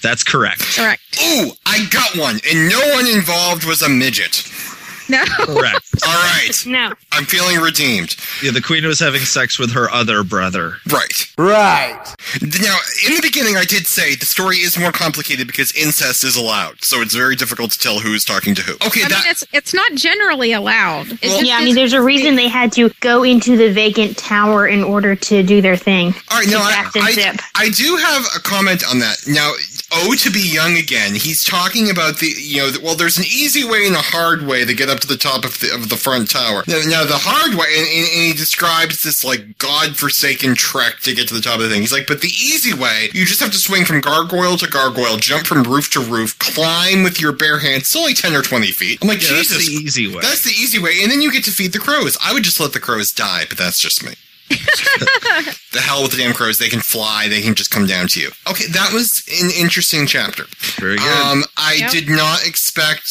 that's correct. Correct. Ooh, I got one, and no one involved was a midget. No. Correct. All right, No. I'm feeling redeemed. yeah, the queen was having sex with her other brother. Right. Right. Now, in the beginning, I did say the story is more complicated because incest is allowed, so it's very difficult to tell who's talking to who. Okay, I mean, that, it's it's not generally allowed. It's Well- just- Yeah, I mean, there's a reason they had to go into the vacant tower in order to do their thing. all right, no, I, Exact and I, zip. I do have a comment on that. Now, oh, to be young again, he's talking about the, you know, well, there's an easy way and a hard way to get up to the top of the, of the front tower. Now, now the hard way, and, and, and he describes this, like, godforsaken trek to get to the top of the thing. He's like, but the easy way, you just have to swing from gargoyle to gargoyle, jump from roof to roof, climb with your bare hands. It's only 10 or 20 feet. I'm like, Yeah, Jesus that's the easy way. That's the easy way, and then you get to feed the crows. I would just let the crows die, but that's just me. the hell with the damn crows. They can fly. They can just come down to you. Okay, that was an interesting chapter. Very good. Um, I Yep. did not expect.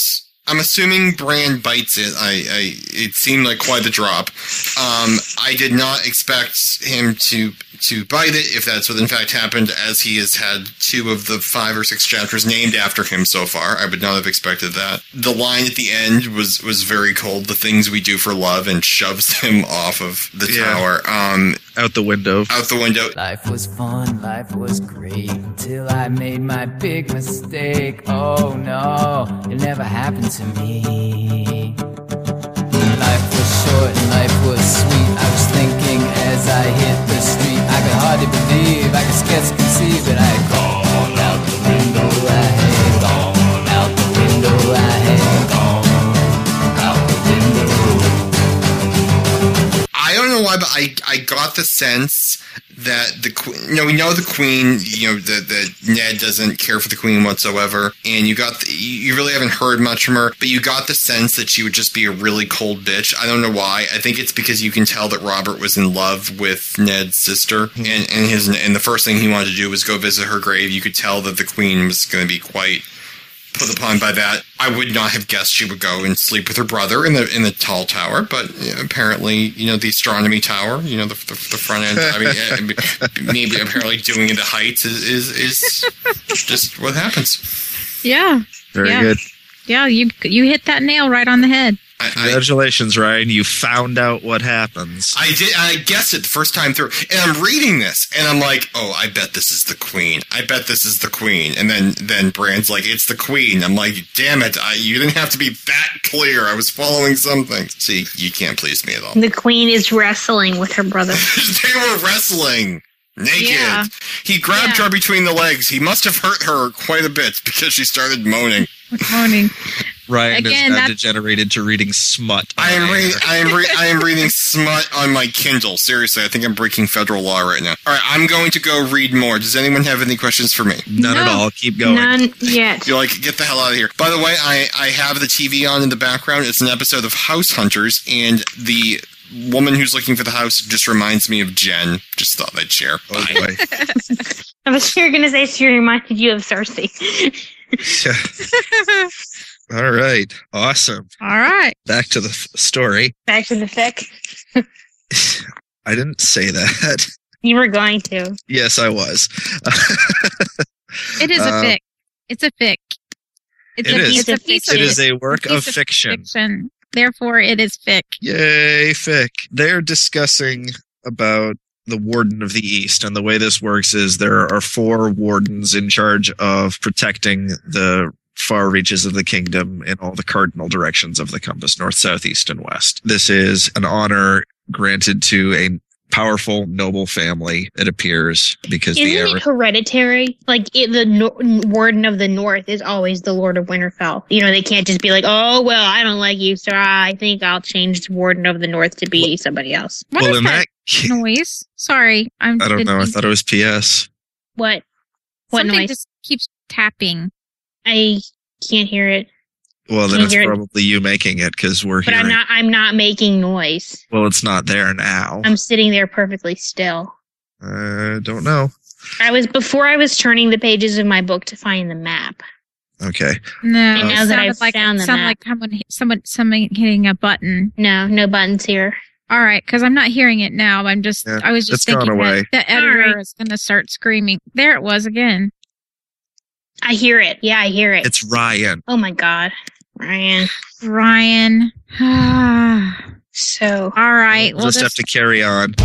I'm assuming Brand bites it. I, I it seemed like quite the drop. Um, I did not expect him to to bite it. If that's what in fact happened, as he has had two of the five or six chapters named after him so far, I would not have expected that. The line at the end was was very cold. The things we do for love, and shoves him off of the Yeah. tower, um, Out the window. out the window. Life was fun, life was great, till I made my big mistake. Oh no, it never happened to me. Life was short and life was sweet. I was thinking as I hit the street. I could hardly believe, I could scarce conceive that I sense that the queen. You know, we know the queen. You know that that Ned doesn't care for the queen whatsoever, and you got the, you you really haven't heard much from her, but you got the sense that she would just be a really cold bitch. I don't know why. I think it's because you can tell that Robert was in love with Ned's sister, and and his and the first thing he wanted to do was go visit her grave. You could tell that the queen was going to be quite put upon by that. I would not have guessed she would go and sleep with her brother in the in the tall tower, but you know, apparently, you know, the astronomy tower, you know, the, the, the front end. I mean, eh, maybe apparently doing it at heights is is, is just what happens. Yeah. Very Yeah. good. Yeah, you you hit that nail right on the head. Congratulations, Ryan. You found out what happens. I did. I guessed it the first time through, and I'm reading this, and I'm like, "Oh, I bet this is the queen. I bet this is the queen." And then, then Brand's like, "It's the queen." I'm like, "Damn it! I, you didn't have to be that clear. I was following something." See, you can't please me at all. The queen is wrestling with her brother. they were wrestling naked. Yeah. He grabbed Yeah. her between the legs. He must have hurt her quite a bit because she started moaning. Morning. Ryan Again, is now that's- degenerated to reading smut. I am reading. I am. Re- I am reading smut on my Kindle. Seriously, I think I'm breaking federal law right now. All right, I'm going to go read more. Does anyone have any questions for me? None at No. all. Keep going. None yet. You're like, get the hell out of here. By the way, I I have the TV on in the background. It's an episode of House Hunters, and the woman who's looking for the house just reminds me of Jen. Just thought I'd share. Bye. I was sure you're gonna say she reminded you of Cersei. All right. Awesome. All right. Back to the f- story. Back to the fic. I didn't say that. You were going to. yes, I was. It is a Uh, fic. It's a fic. It's it a, is. It's a piece of It is a work piece of fiction. fiction. Therefore, it is fic. Yay, fic. They're discussing about the Warden of the East, and the way this works is there are four wardens in charge of protecting the far reaches of the kingdom in all the cardinal directions of the compass north, south, east, and west. This is an honor granted to a powerful noble family, it appears, because Isn't the era- it hereditary? Like it, the nor- warden of the north is always the Lord of Winterfell. You know they can't just be like, oh well, I don't like you, so I think I'll change the warden of the north to be somebody else. What Well, is in that, that- noise? Sorry, I'm. I don't know. I thought it was PS. What? What Something noise? just keeps tapping. I can't hear it, Well, then Can't it's hear it. probably you making it because we're but hearing. I'm not. I'm not making noise. well, it's not there now. I'm sitting there perfectly still. I Uh, don't know. I was before I was turning the pages of my book to find the map. Okay. No, And it now that sounded I've like found it the sounded map. like someone, hit- someone, someone hitting a button. No, no buttons here. All right, because I'm not hearing it now. I'm just, Yeah, I was just it's gone thinking away. that the editor is going to start screaming. There it was again. I hear it. Yeah, I hear it. It's Ryan. oh my god, Ryan. Ryan. so all right. We'll Well, just have this, to carry on.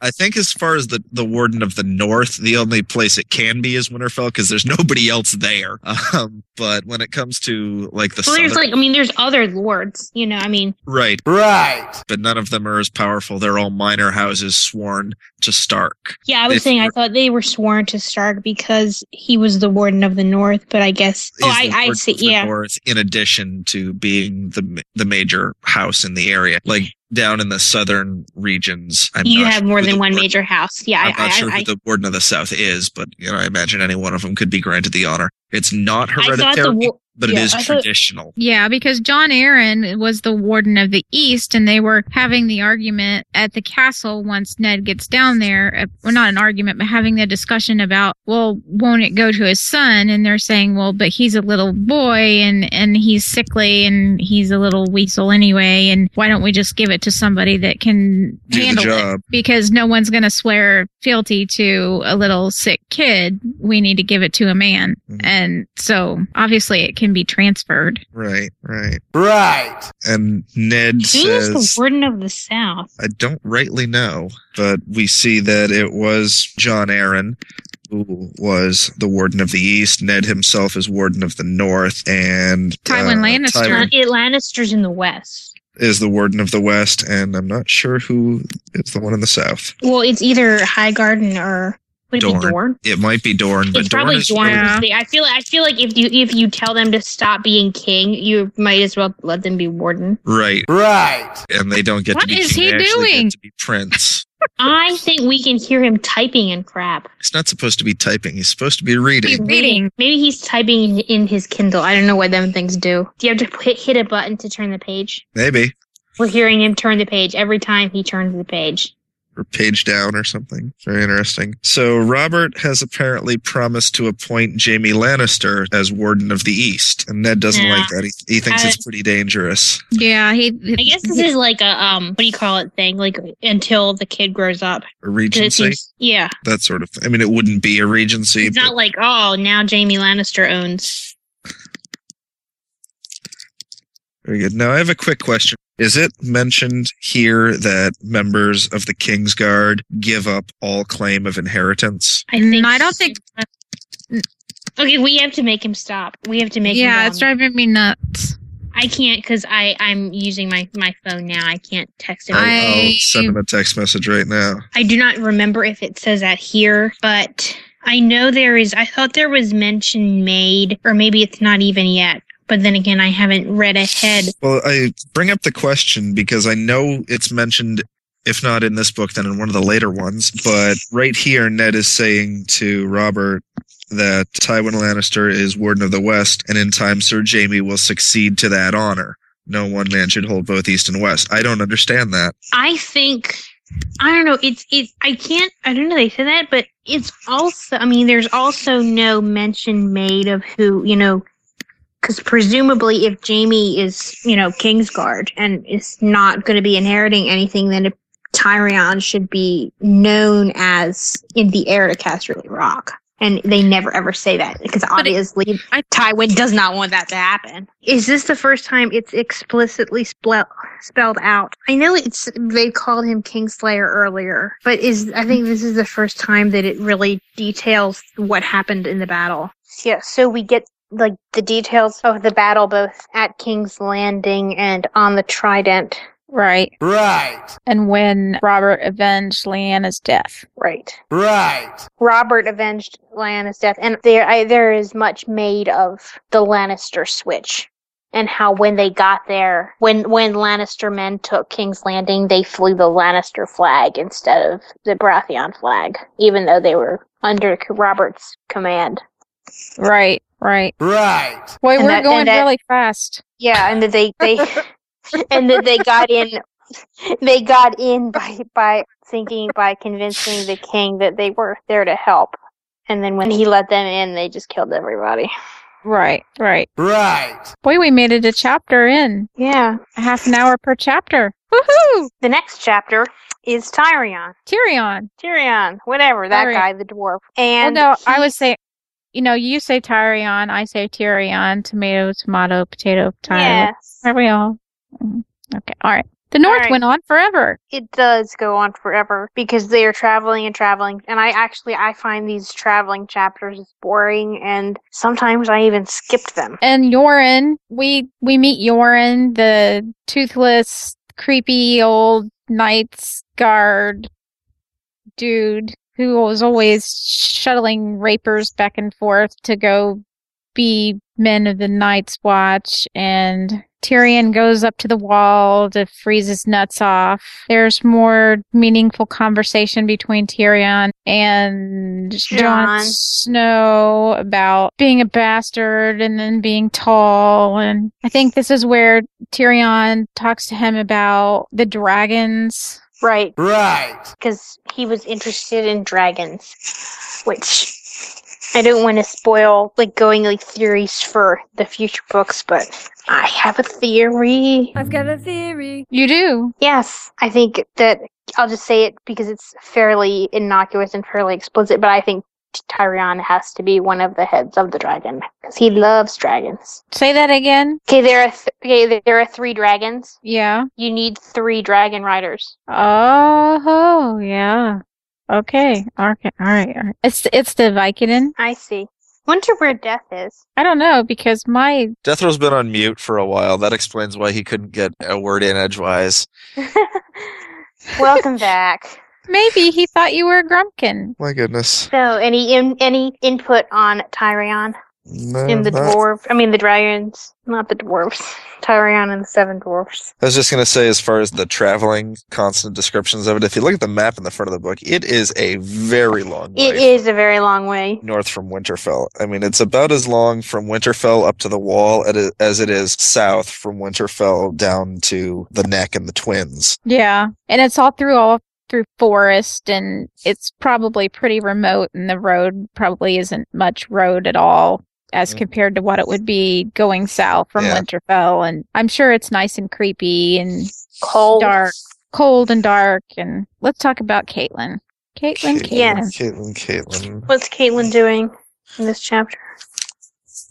I think as far as the, the Warden of the North, the only place it can be is Winterfell because there's nobody else there. Um, but when it comes to like the well, there's southern- like, I mean, there's other lords. You know, I mean, right, Right. but none of them are as powerful. They're all minor houses sworn to Stark. yeah, I was If- saying I thought they were sworn to Stark because he was the warden of the North, but I guess. Oh, is I, the I Lord see. of the Yeah, North, in addition to being the the major house in the area, like down in the southern regions, I'm you not have sure more who than the one Lord- major house. Yeah, I'm I, not I, sure I, who the warden of the south is, but you know, I imagine any one of them could be granted the honor. It's not I thought hereditary, the war- but yeah, it is I thought- traditional. yeah, because John Aaron was the warden of the East, and they were having the argument at the castle once Ned gets down there. Uh, Well, not an argument, but having the discussion about, well, won't it go to his son? And they're saying, well, but he's a little boy, and and he's sickly, and he's a little weasel anyway. And why don't we just give it to somebody that can Do the handle it? job. because no one's going to swear fealty to a little sick kid. We need to give it to a man. Mm-hmm. And so obviously it can be transferred. Right, right, right. And Ned who is the says, warden of the South? I don't rightly know, but we see that it was John Aaron who was the warden of the east. Ned himself is warden of the north, and uh, Tywin Lannister. Uh, Tywin Lan- it Lannisters in the West. is the warden of the west, and I'm not sure who is the one in the south. Well, it's either High Garden or Would it be Dorne? It might be Dorne, but It's probably Dorne Dorne. is because they- I feel I feel like if you if you tell them to stop being king, you might as well let them be warden. Right. Right. And they don't get to What be is he they actually get doing? to be prince. I think we can hear him typing and crap. He's not supposed to be typing. He's supposed to be reading. reading. Maybe he's typing in, in his Kindle. I don't know what them things do. Do you have to hit, hit a button to turn the page? Maybe. We're hearing him turn the page every time he turns the page. Or page down or something. Very interesting. So Robert has apparently promised to appoint Jamie Lannister as Warden of the East. And Ned doesn't Yeah. like that. He, he thinks I- it's pretty dangerous. Yeah, he. I guess this is like a um, what do you call it thing? Like until the kid grows up. A 'Cause it regency. seems- yeah, that sort of thing. I mean, it wouldn't be a regency. it's not like oh now Jamie Lannister owns. Very good. Now I have a quick question. Is it mentioned here that members of the Kingsguard give up all claim of inheritance? I think. Mm, I don't think. Okay, we have to make him stop. We have to make. Yeah, him it's driving me nuts. I can't because I I'm using my my phone now. I can't text him. I'll, I'll send him a text message right now. I do not remember if it says that here, but I know there is. I thought there was mention made, or maybe it's not even yet. But then again, I haven't read ahead. Well, I bring up the question because I know it's mentioned, if not in this book, then in one of the later ones. But right here, Ned is saying to Robert that Tywin Lannister is Warden of the West, and in time, Sir Jamie will succeed to that honor. No one man should hold both East and West. I don't understand that. I think I don't know. It's it's I can't. I don't know. They said that, but it's also. I mean, there's also no mention made of who you know, because presumably, if Jamie is you know Kingsguard and is not going to be inheriting anything, then Tyrion should be known as in the heir to Casterly Rock. And they never ever say that because obviously Tywin does not want that to happen. Is this the first time it's explicitly spelled spelled out? I know it's they called him Kingslayer earlier, but is I think this is the first time that it really details what happened in the battle. Yeah, so we get like the details of the battle both at King's Landing and on the Trident. Right. Right. And when Robert avenged Leanna's death. Right. Right. Robert avenged Lyanna's death, and there I, there is much made of the Lannister switch and how when they got there, when when Lannister men took King's Landing, they flew the Lannister flag instead of the Baratheon flag, even though they were under C- Robert's command. Right. Right. Right. Boy, And we're that- going and that- really fast. Yeah, and that they they and that they got in they got in by by thinking by convincing the king that they were there to help. And then when he let them in, they just killed everybody. Right. Right. Right. Boy, we made it a chapter in. Yeah. A half an hour per chapter. Woohoo! The next chapter is Tyrion. Tyrion. Tyrion, whatever, that Tyrion. guy, the dwarf. And well, no, I would say, you know, you say Tyrion, I say Tyrion, tomato, tomato, potato, Tyrion. yes, Are we all? Mm, Okay. All right. The North right. went on forever. it does go on forever because they are traveling and traveling. And I actually I find these traveling chapters boring and sometimes I even skipped them. And Yoren, we we meet Yoren, the toothless, creepy old Knight's Guard dude who was always shuttling rapers back and forth to go be men of the Night's Watch. And Tyrion goes up to the wall to freeze his nuts off. There's more meaningful conversation between Tyrion and Jon Jon. Snow about being a bastard and then being tall. And I think this is where Tyrion talks to him about the dragons. Right. Right. Because he was interested in dragons, which I don't want to spoil like going like theories for the future books, but I have a theory. I've got a theory. You do. Yes, I think that I'll just say it because it's fairly innocuous and fairly explicit, but I think Tyrion has to be one of the heads of the dragon because he loves dragons. Say that again. Okay, there are th- okay, there are three dragons. Yeah. You need three dragon riders. Oh, yeah. Okay. Okay. All right. All right. It's it's the Vicodin. I see. Wonder where death is. I don't know because my Deathrow's been on mute for a while. That explains why he couldn't get a word in edgewise. Welcome back. Maybe he thought you were a grumpkin. My goodness. So, any in, any input on Tyrion and the Uh-huh. dwarf? I mean, the dragons, not the dwarves. Tyrion and the seven dwarfs. I was just going to say, as far as the traveling constant descriptions of it, if you look at the map in the front of the book, it is a very long It is a very long way. north from Winterfell. I mean, it's about as long from Winterfell up to the wall at it- as it is south from Winterfell down to the neck and the twins. Yeah, and it's all through all through forest, and it's probably pretty remote, and the road probably isn't much road at all as Mm. compared to what it would be going south from Yeah. Winterfell. And I'm sure it's nice and creepy and Cold. dark, cold and dark. And let's talk about Caitlin. Caitlin, Caitlin. Yes. Caitlin, Caitlin. What's Caitlin doing in this chapter?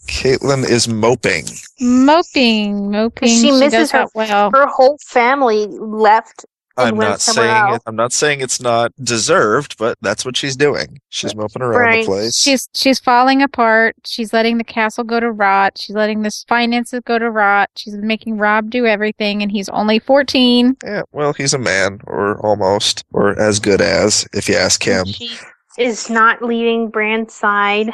Caitlin is moping. Moping, moping. She misses does her- not well. Her whole family left. and I'm went not somewhere saying else. it, I'm not saying it's not deserved, but that's what she's doing. She's moping around Right. the place. She's she's falling apart. She's letting the castle go to rot. She's letting this finances go to rot. She's making Rob do everything, and he's only fourteen. yeah, well, he's a man, or almost, or as good as, if you ask him. She is not leaving Bran's side.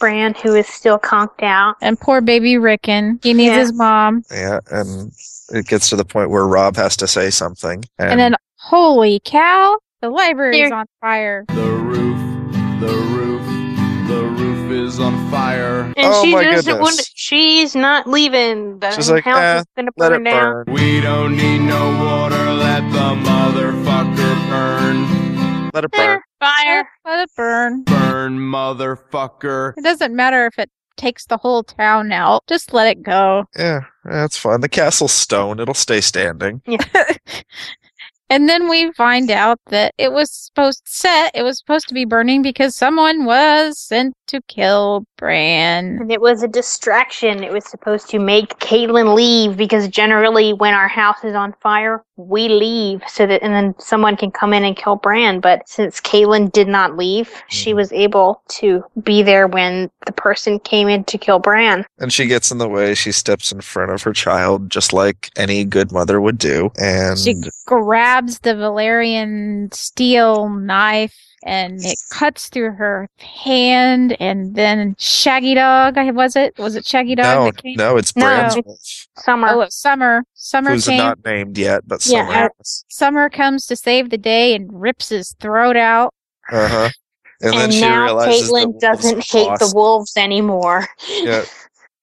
Bran, who is still conked out. And poor baby Rickon, he needs Yeah. his mom. Yeah, and it gets to the point where Rob has to say something. And then, holy cow, the library is Here. on fire. The roof, the roof, the roof is on fire. And Oh she my just goodness. wouldn't, she's not leaving. The She's like, house "Eh, is gonna let burn it down. burn. We don't need no water, let the motherfucker burn. Let it Eh, burn. Fire. Let it burn. Burn, motherfucker. It doesn't matter if it takes the whole town out. Just let it go. Yeah, Eh. that's fine. The castle's stone. It'll stay standing. And then we find out that it was supposed set. It was supposed to be burning because someone was sent to kill Bran. And it was a distraction. It was supposed to make Caitlin leave because generally, when our house is on fire, we leave so that, and then someone can come in and kill Bran. But since Caitlin did not leave, she was able to be there when the person came in to kill Bran. And she gets in the way. She steps in front of her child, just like any good mother would do. And She grabs the Valerian steel knife and it cuts through her hand. And then Shaggy Dog, I- was it? Was it Shaggy Dog no, that came? no, it's No. Bran's wolf, Summer. Oh, Summer. Summer who's came. not named yet, but Yeah, somewhere. Summer comes to save the day and rips his throat out. Uh huh. And, then and she now realizes the Caitlin wolves doesn't hate the lost. wolves anymore. Yeah.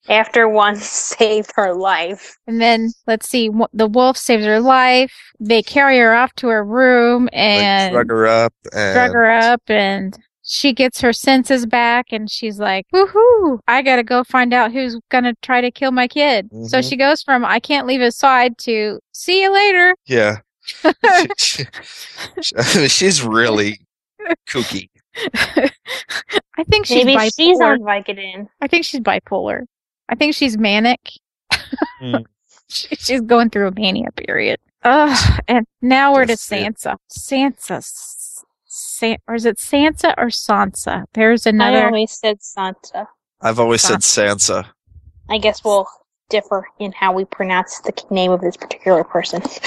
After one saved her life. And then let's see, wh- the wolf saves her life. They carry her off to her room They and drug her up. And drug her up and she gets her senses back and she's like, Woohoo, I gotta go find out who's gonna try to kill my kid. So Mhm. she goes from I can't leave his side to see you later. Yeah. She- she- she's really kooky. I think she's Maybe bipolar. she's on Vicodin. I think she's bipolar. I think she's manic. Mm. She- she's going through a mania period. Ugh, and now we're to Just it. Sansa. Sansa. S- San- or is it Sansa or Sansa? There's I another. always said Santa. I've always said Sansa. I guess we'll differ in how we pronounce the name of this particular person.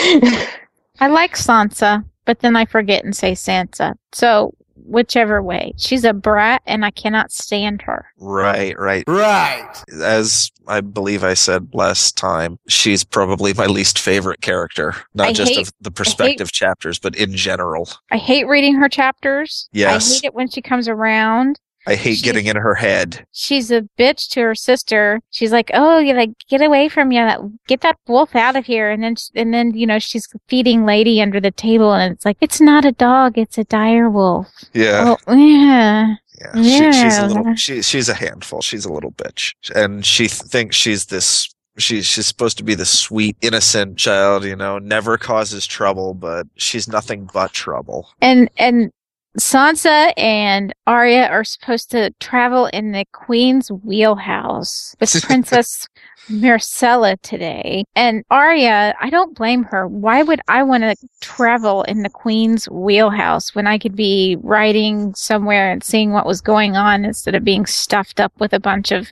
I like Sansa, but then I forget and say Sansa. So, whichever way. She's a brat and I cannot stand her. Right, right. Right. As I believe I said last time, she's probably my least favorite character, not I just hate- of the perspective chapters, but in general. I hate reading her chapters. I Yes. hate it when she comes around. I hate She- getting in her head. She's a bitch to her sister. She's like, "Oh, you like get away from you, that- get that wolf out of here." And then, sh- and then you know she's feeding Lady under the table, and it's like, "It's not a dog, it's a dire wolf." Yeah. Oh, yeah. yeah. She, she's a Oh, yeah. little she, she's a handful. She's a little bitch. And she th- thinks she's this She's she's supposed to be the sweet, innocent child, you know, never causes trouble, but she's nothing but trouble. And and Sansa and Arya are supposed to travel in the Queen's wheelhouse with Princess Marcella today. And Arya, I don't blame her. Why would I want to travel in the Queen's wheelhouse when I could be riding somewhere and seeing what was going on instead of being stuffed up with a bunch of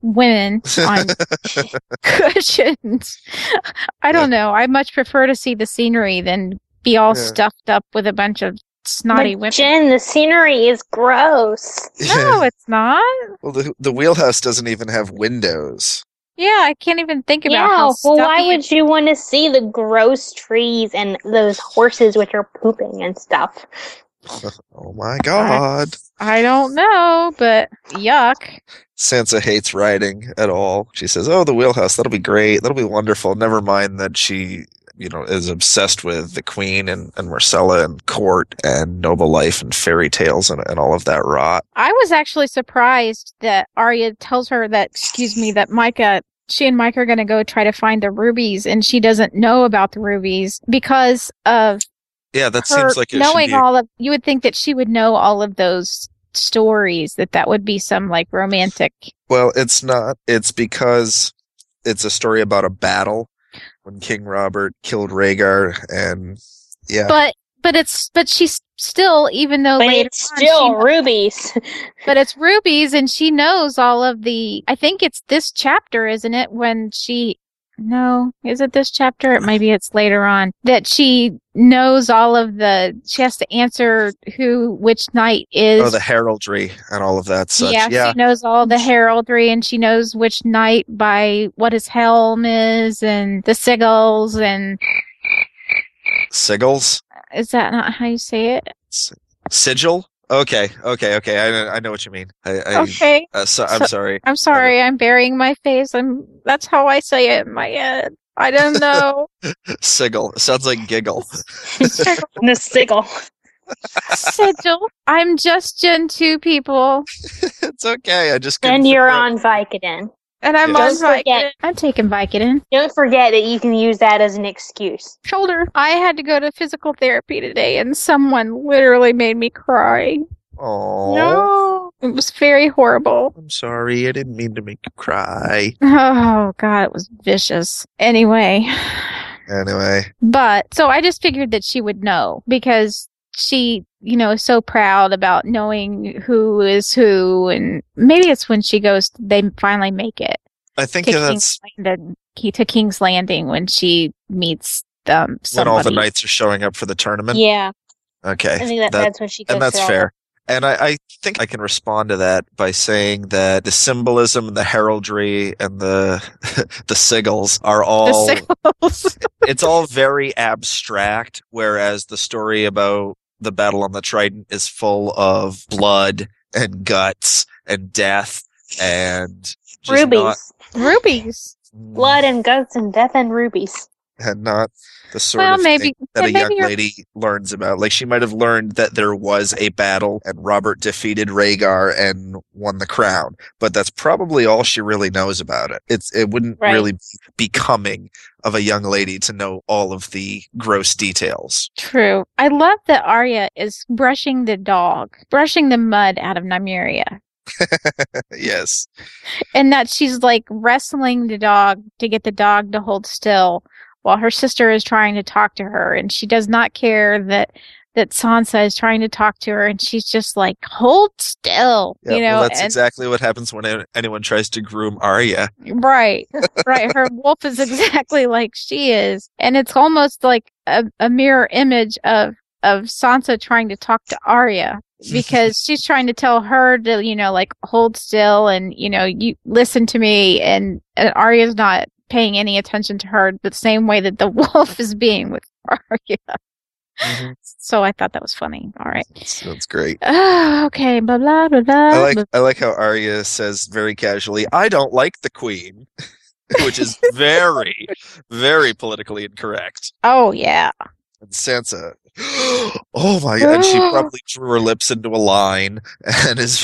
women on cushions? I don't know. I much prefer to see the scenery than be all Yeah. stuffed up with a bunch of snotty women. Jen, the scenery is gross. No, it's not. Well, the, the wheelhouse doesn't even have windows. Yeah, I can't even think about yeah, how well, why stuffy would you want to see the gross trees and those horses which are pooping and stuff? Oh my god. I don't know, but yuck. Sansa hates riding at all. She says, "Oh, the wheelhouse. That'll be great. That'll be wonderful." Never mind that she, you know, is obsessed with the Queen and, and Marcella and court and noble life and fairy tales and, and all of that rot. I was actually surprised that Arya tells her that, excuse me, that Micah, she and Micah are going to go try to find the rubies, and she doesn't know about the rubies because of Yeah, that her seems like it should knowing be. all of. You would think that she would know all of those stories. That that would be some like romantic. well, it's not. It's because it's a story about a battle when King Robert killed Rhaegar, and yeah, But but it's but she's still even though But later it's on she- still rubies. but it's rubies and she knows all of the i think it's this chapter isn't it when she no is it this chapter maybe it's later on that she knows all of the she has to answer who which knight is oh, the heraldry and all of that such. yeah, yeah. she knows all the heraldry and she knows which knight by what his helm is and the sigils and Sigils. is that not how you say it Sigil? Okay, okay, okay. I, I know what you mean. I, I, okay Uh, so, I'm Oh, So- sorry. I'm sorry, I'm burying my face. I'm that's how I say it in my head. I don't know. Sigil. Sounds like giggle. the sigil. Sigil. I'm just Gen 2 people. it's okay. I just And you're on Vicodin. And I'm Don't on forget- Vicodin. I'm taking Vicodin. Don't forget that you can use that as an excuse. Shoulder. I had to go to physical therapy today and someone literally made me cry. Oh, No. It was very horrible. I'm sorry. I didn't mean to make you cry. Oh god, it was vicious. Anyway, Anyway, But so I just figured that she would know because she, you know, is so proud about knowing who is who, and maybe it's when she goes, they finally make it. I think to that's King's Landing, Key- to King's Landing when she meets um when all the somebody. knights are showing up for the tournament. Yeah, Okay. I think that, that- that's when she goes. and that's through all fair. And I, I think I can respond to that by saying that the symbolism, and the heraldry, and the the sigils are all it's all very abstract, whereas the story about the battle on the Trident is full of blood and guts and death and just the rubies, not- rubies, blood and guts and death and rubies. and not the sort Well, of maybe- thing that yeah, a maybe young you're- lady learns about. Like she might have learned that there was a battle and Robert defeated Rhaegar and won the crown, but that's probably all she really knows about it. It's it wouldn't Right. really be becoming of a young lady to know all of the gross details. True. I love that Arya is brushing the dog, brushing the mud out of Nymeria, yes. and that she's like wrestling the dog to get the dog to hold still while her sister is trying to talk to her and she does not care that that Sansa is trying to talk to her and she's just like hold still Yeah, you know well, that's and, exactly what happens when an- anyone tries to groom Arya. right right her wolf is exactly like she is and it's almost like a, a mirror image of of Sansa trying to talk to Arya because she's trying to tell her to, you know, like hold still and, you know, you listen to me and, and Arya's not paying any attention to her the same way that the wolf is being with Arya. So I thought that was funny. All right. Mm-hmm. That's great. Ah, okay, blah blah blah blah. I like blah. I like how Arya says very casually, "I don't like the queen," which is very, very politically incorrect. Oh yeah. And Sansa, oh my, and she probably drew her lips into a line and is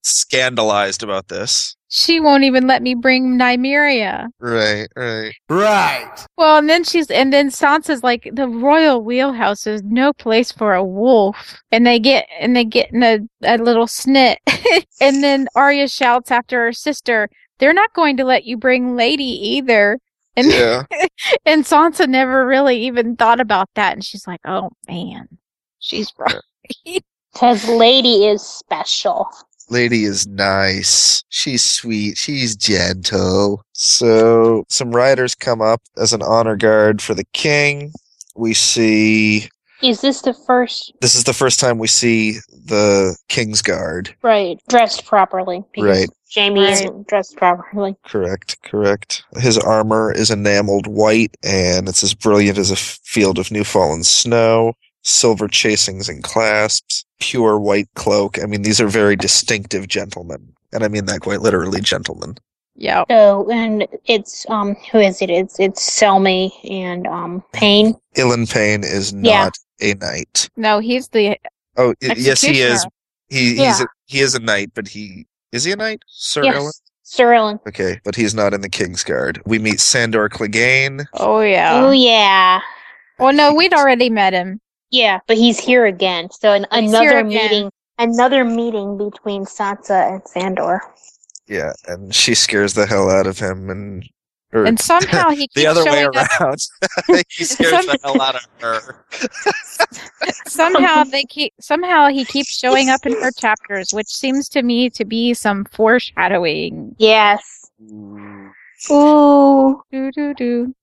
scandalized about this. She won't even let me bring Nymeria. Right, right, right. Well, and then she's and then Sansa's like the royal wheelhouse is no place for a wolf, and they get and they get in a, a little snit, and then Arya shouts after her sister, "They're not going to let you bring Lady either." And Yeah. and Sansa never really even thought about that, and she's like, "Oh man, she's right." Because Lady is special. Lady is nice. She's sweet. She's gentle. So some riders come up as an honor guard for the king. We see Is this the first This is the first time we see the Kingsguard. right dressed properly? because Right. Jamie isn't dressed properly. Correct, correct. His armor is enameled white, and it's as brilliant as a f- field of new fallen snow. Silver chasings and clasps, pure white cloak. I mean, these are very distinctive gentlemen, and I mean that quite literally, gentlemen. Yeah. So and it's um who is it? It's it's Selmy and um Payne. Ilan Payne is Yeah. not a knight. No, he's the Oh, i- yes, he is. Executioner. He he's Yeah. a, he is a knight, but he is he a knight, Sir yes, Ilan? Sir Ilan. Okay, but he's not in the Kingsguard. We meet Sandor Clegane. Oh yeah. Oh yeah. Well, no, we'd already met him. Yeah, but he's here again. So an, He's here another again. meeting, another meeting between Sansa and Sandor. Yeah, and she scares the hell out of him, and or And somehow he the keeps other way showing up- around. he scares the hell out of her. Somehow they keep somehow he keeps showing up in her chapters, which seems to me to be some foreshadowing. Yes. Ooh. Do do do.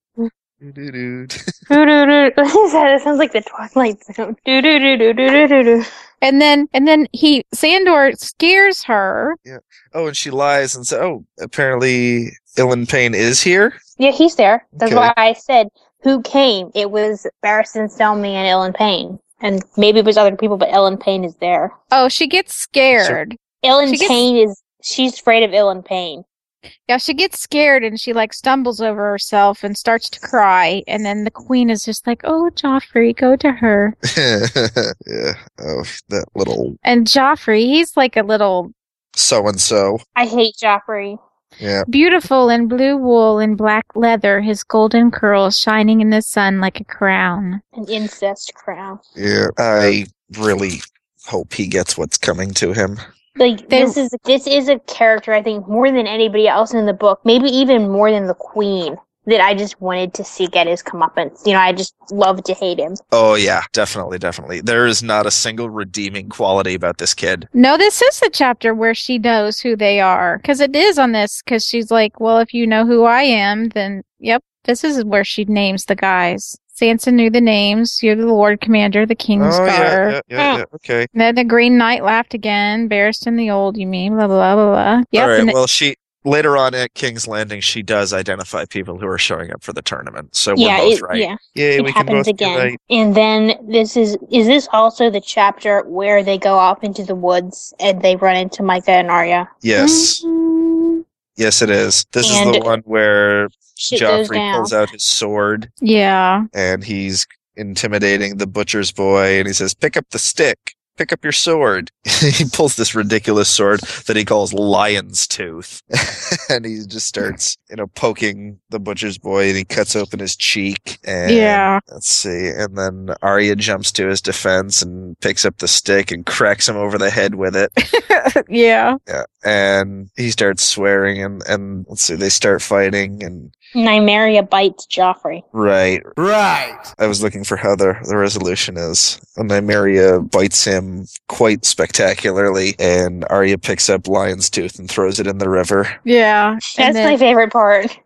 that sounds like the Twilight Zone. Do do do do do do do. And then and then he Sandor scares her. Yeah. Oh, and she lies and says, "Oh, apparently Ilan Payne is here." Yeah, he's there. That's Okay. why I said who came. It was Barristan Selmy and Ellen Payne, and maybe it was other people, but Ellen Payne is there. Oh, she gets scared. Ellen She gets- Payne is she's afraid of Ellen Payne. Yeah, she gets scared and she like stumbles over herself and starts to cry. And then the queen is just like, "Oh, Joffrey, go to her." yeah. Oh, that little And Joffrey, he's like a little so and so. I hate Joffrey. Yeah. beautiful in blue wool and black leather, his golden curls shining in the sun like a crown. An incest crown. Yeah. I really hope he gets what's coming to him. Like They- this is this is a character I think more than anybody else in the book, maybe even more than the Queen, that I just wanted to see get his comeuppance. You know, I just love to hate him. Oh yeah, definitely, definitely. There is not a single redeeming quality about this kid. No, this is the chapter where she knows who they are because it is on this because she's like, well, if you know who I am, then yep, this is where she names the guys. Sansa knew the names. You're the Lord Commander, the King's oh yeah, Guard. yeah, yeah, yeah. Okay. And Then the Green Knight laughed again. Barristan the Old, you mean? Blah blah blah blah. Yep. All and right. it- Well, she later on at King's Landing, she does identify people who are showing up for the tournament. So we're yeah, both it, right. yeah. Yay, it we can happens both be again. right. And then this is is this also the chapter where they go off into the woods and they run into Micah and Arya? Yes. Yes, it is. This is And- the one where Shit goes Joffrey pulls out his sword yeah. and he's intimidating the butcher's boy and he says, Pick up the stick. Pick up your sword. he pulls this ridiculous sword that he calls Lion's Tooth. and he just starts, you know, poking the butcher's boy and he cuts open his cheek. And Yeah. let's see. And then Arya jumps to his defense and picks up the stick and cracks him over the head with it. yeah. Yeah. And he starts swearing and, and let's see, they start fighting and Nymeria bites Joffrey. Right. Right. I was looking for how the, the resolution is. And Nymeria bites him quite spectacularly, and Arya picks up Lion's Tooth and throws it in the river. Yeah. That's and then, my favorite part.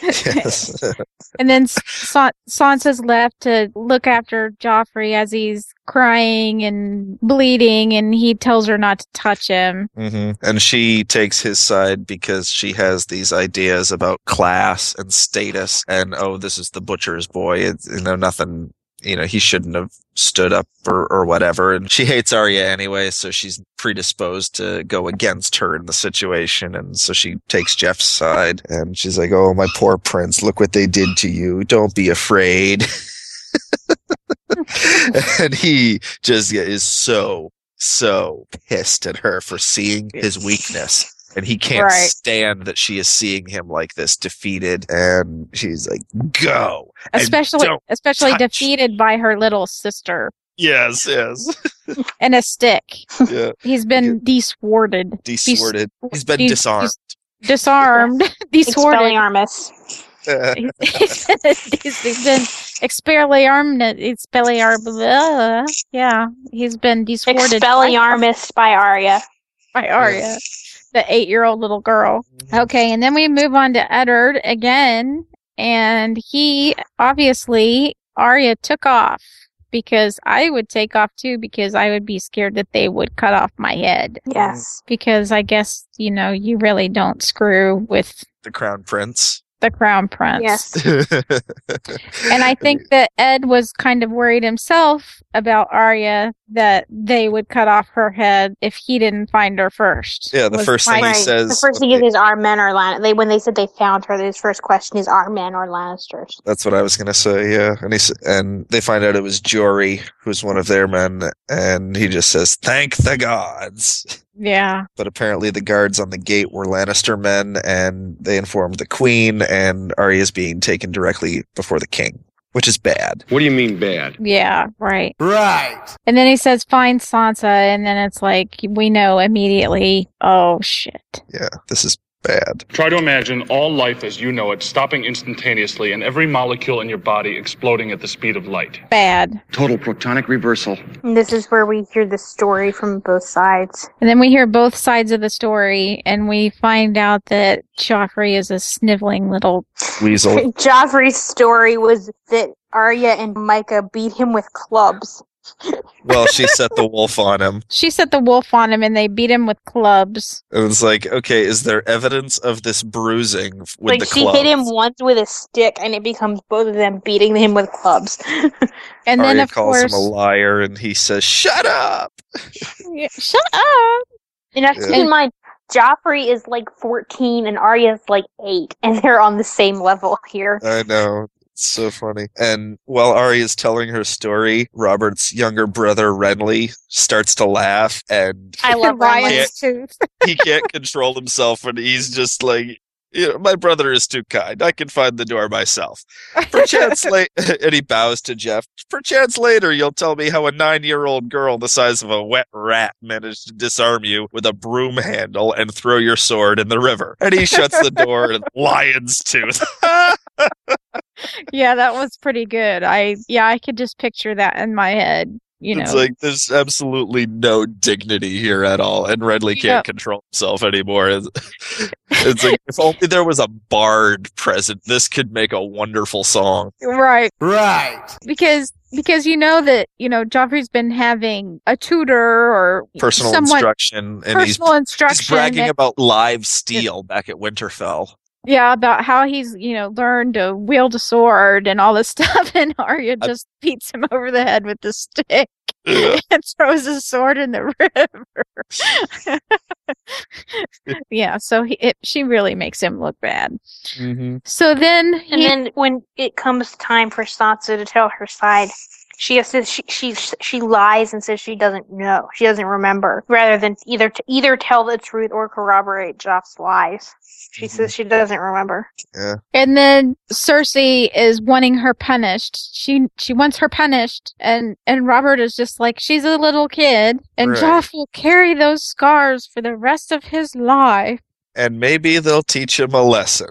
Yes. and then Sa- Sansa's left to look after Joffrey as he's crying and bleeding, and he tells her not to touch him. hmm And she takes his side because she has these ideas about class and status, and oh, this is the butcher's boy. It's, you know, nothing. You know, he shouldn't have stood up or, or whatever. And she hates Arya anyway, so she's predisposed to go against her in the situation. And so she takes Jeff's side, and she's like, "Oh, my poor prince! Look what they did to you! Don't be afraid." and he just yeah, is so so pissed at her for seeing his weakness and he can't Right. stand that she is seeing him like this defeated and she's like go and especially don't." especially touch. defeated by her little sister yes yes and a stick. yeah He's been desworded, desworded he's been de- disarmed des- disarmed, desworded. Expelliarmus. He's- he's he's- he's been expelliarmed. Expelliarmus. Yeah, he's been desworded. Expelliarmus by Arya. by Arya, the eight-year-old little girl. Okay, and then we move on to Eddard again, and he obviously Arya took off. because I would take off too because I would be scared that they would cut off my head. Yes. Because I guess, you know, you really don't screw with The crown prince. the crown Mm. prince. and and I think that Ed was kind of worried himself about Arya that they would cut off her head if he didn't find her first. Yeah, the Was first thing my- he says. The first thing is, is our men or Lan? They when they said they found her, his first question is, "Our men or Lannisters?" That's what I was gonna say. Yeah, and he s- and they find out it was Jory, who's one of their men, and he just says, "Thank the gods." Yeah. But apparently, the guards on the gate were Lannister men, and they informed the queen, and Arya is being taken directly before the king, which is bad. What do you mean bad? Yeah, right. Right. And then he says, find Sansa. And then it's like, we know immediately, oh shit. Yeah, this is bad. Try to imagine all life as you know it stopping instantaneously and every molecule in your body exploding at the speed of light. Bad. Total protonic reversal. And this is where we hear the story from both sides. And then we hear both sides of the story and we find out that Joffrey is a sniveling little. Weasel. Joffrey's story was that Arya and Micah beat him with clubs. Well, she set the wolf on him. She set the wolf on him and they beat him with clubs. It was like, okay, is there evidence of this bruising f- with like the she club? hit him once with a stick, and it becomes both of them beating him with clubs. and Arya then, of calls course, him a liar, and he says, "Shut up." Yeah, shut up. And have to keep Yeah. in mind, Joffrey is like 14 and Arya's like 8, and they're on the same level here. I know. It's so funny. And while Ari is telling her story, Robert's younger brother Renly starts to laugh and I love Ryan's Can't- tooth. he can't control himself and he's just like you know, my brother is too kind. I can find the door myself. Perchance late and he bows to Jeff. Perchance later you'll tell me how a nine year old girl the size of a wet rat managed to disarm you with a broom handle and throw your sword in the river. And he shuts the door and lion's tooth. Yeah, that was pretty good. I, yeah, I could just picture that in my head, you know. it's like there's absolutely no dignity here at all, and Redley can't Yeah. control himself anymore. It's, it's like if only there was a bard present, this could make a wonderful song. Right. Right. Because because you know that, you know, Joffrey's been having a tutor or Personal someone- instruction, and he's, personal he's instruction bragging and- about live steel back at Winterfell. yeah, about how he's, you know, learned to wield a sword and all this stuff and Arya I- just beats him over the head with the stick Yeah. and throws his sword in the river. yeah, so he, it, she really makes him look bad. So then, and then when it comes time for Sansa to tell her side, she has to, she, she she lies and says she doesn't know, she doesn't remember, rather than either to either tell the truth or corroborate Joff's lies. She says she doesn't remember. Yeah. And then Cersei is wanting her punished. She she wants her punished, and and Robert is just like she's a little kid, and Right. Joff will carry those scars for the rest of his life. And maybe they'll teach him a lesson.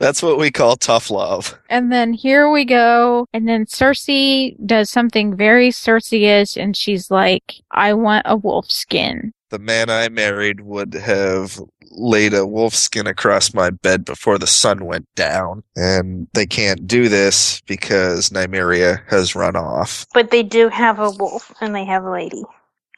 That's what we call tough love. And then here we go. And then Cersei does something very Cersei-ish, and she's like, "I want a wolf skin." the man I married would have laid a wolf skin across my bed before the sun went down. And they can't do this because Nymeria has run off. But they do have a wolf and they have a lady.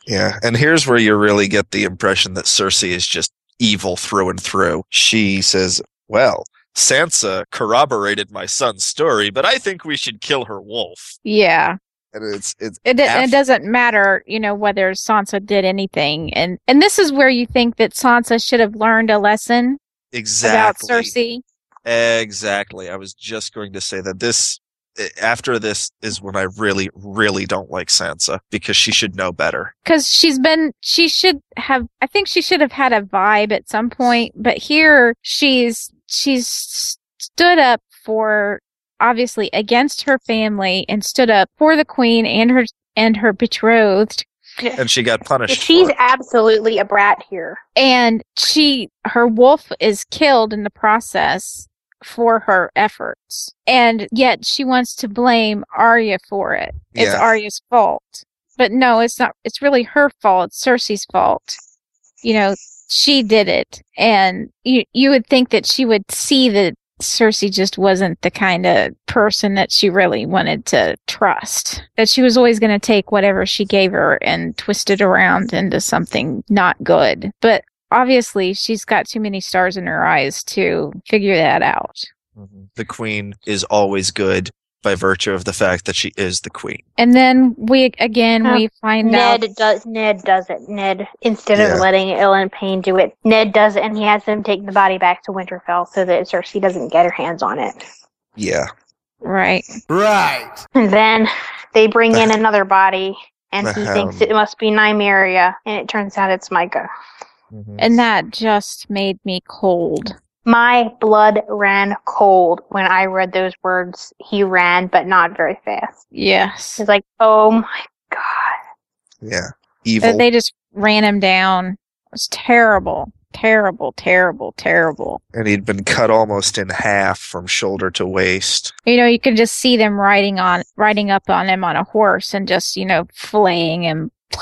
Yeah. And here's where you really get the impression that Cersei is just evil through and through. She says, Well, Sansa corroborated my son's story, but I think we should kill her wolf. Yeah. And it's it's It, do- af- it doesn't matter, you know, whether Sansa did anything, and and this is where you think that Sansa should have learned a lesson exactly about Cersei. Exactly. I was just going to say that this eh, after this is when I really, really don't like Sansa because she should know better. because she's been she should have i think she should have had a vibe at some point but here she's she's stood up for obviously against her family and stood up for the queen and her and her betrothed And she got punished. She's for it. absolutely a brat here. and she her wolf is killed in the process for her efforts and yet she wants to blame Arya for it it's Yeah. Arya's fault but no it's not it's really her fault it's Cersei's fault you know she did it and you you would think that she would see the Cersei just wasn't the kind of person that she really wanted to trust. That she was always going to take whatever she gave her and twist it around into something not good. But obviously, she's got too many stars in her eyes to figure that out. The queen is always good by virtue of the fact that she is the queen. And then we again we find out Ned does Ned does it. Ned instead Yeah. of letting Ellen Payne do it, Ned does it and he has them take the body back to Winterfell so that Cersei doesn't get her hands on it. Yeah. Right. Right. And then they bring in another body and The he hound. thinks it must be Nymeria and it turns out it's Micah. and that just made me cold. My blood ran cold when I read those words. He ran, but not very fast. Yes. It's like, oh my Yeah. That They just ran him down. It was terrible. Terrible, terrible, terrible. and he'd been cut almost in half from shoulder to waist. You know, you could just see them riding on riding up on him on a horse and just, you know, flaying him.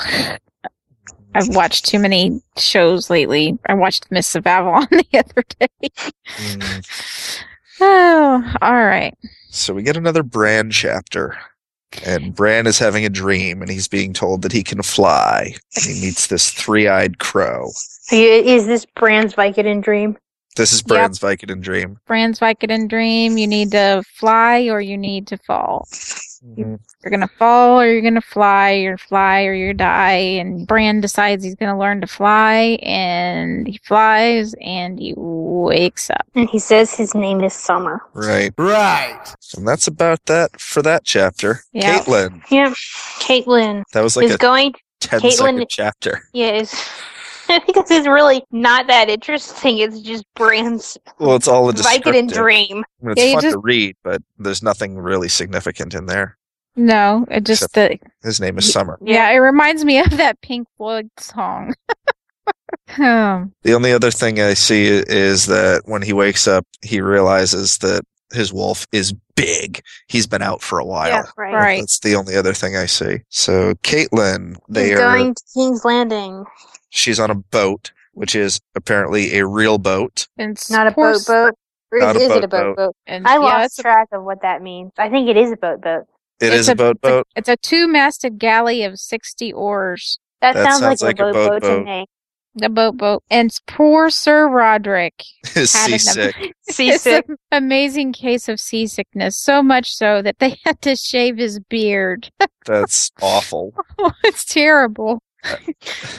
I've watched too many shows lately. I watched Miss of Avalon the other day. Oh, all right. So we get another Bran chapter. And Bran is having a dream and he's being told that he can fly. And he meets this three eyed crow. Are you- Is this Bran's Vicodin dream? This is Bran's Vicodin dream. Bran's Vicodin dream, you need to fly or you need to fall. You're gonna fall or you're gonna fly, you're fly or you die. And Bran decides he's gonna learn to fly and he flies and he wakes up. And he says his name is Summer. Right. Right. And that's about that for that chapter. Yeah. Caitlin. Yep. Caitlin. That was like is a going 10 Caitlin- second chapter. Yeah, it's because it's really not that interesting. It's just Bran's Well, it's all a Vicodin descriptive. dream. I mean, it's Yeah, you fun to just- read, but there's nothing really significant in there. No, it just the His name is Summer. yeah, it reminds me of that Pink Floyd song. um, The only other thing I see i- is that when he wakes up, he realizes that his wolf is big. He's been out for a while. Yeah, right. Right. That's the only other thing I see. So Caitlin, they He's are. going to King's Landing. She's on a boat, which is apparently a real boat. It's not a boat boat. Or Not is, a is it a boat boat boat. boat? And- I yeah, lost it's a- track of what that means. I think it is a boat boat. It It's is a, a- boat boat. it's a two masted galley of sixty oars. That, That sounds, sounds like, a boat boat, to me. The boat boat. And poor Sir Roderick Is had an- seasick. Seasick. It's an amazing case of seasickness, so much so that they had to shave his beard. That's awful. it's terrible.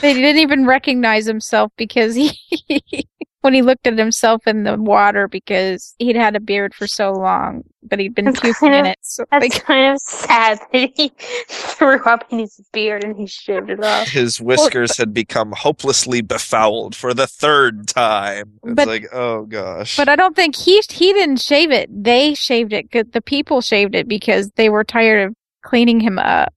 they didn't even recognize himself because he when he looked at himself in the water because he'd had a beard for so long, but he'd been puking in kind of- it. So That's kind of sad that he threw up in his beard and he shaved it off. His whiskers had become hopelessly befouled for the third time. It's But- like, oh gosh. But I don't think he he didn't shave it. They shaved it. 'cause The people shaved it because they were tired of cleaning him up.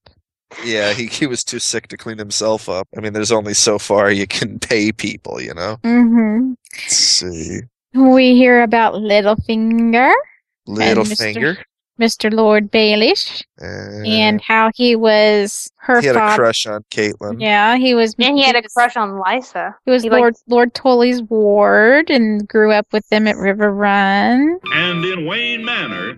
Yeah, he, he was too sick to clean himself up. I mean, there's only so far you can pay people, you know? Mm-hmm. hmm Let's see. We hear about Littlefinger, Littlefinger. Mr. Lord Baelish, Uh, and how he was her he had a father. crush on Caitlin. Yeah, he was. And he had a crush on Lysa. He was He liked- Lord Lord Tully's ward and grew up with them at River Run. And in Wayne Manor,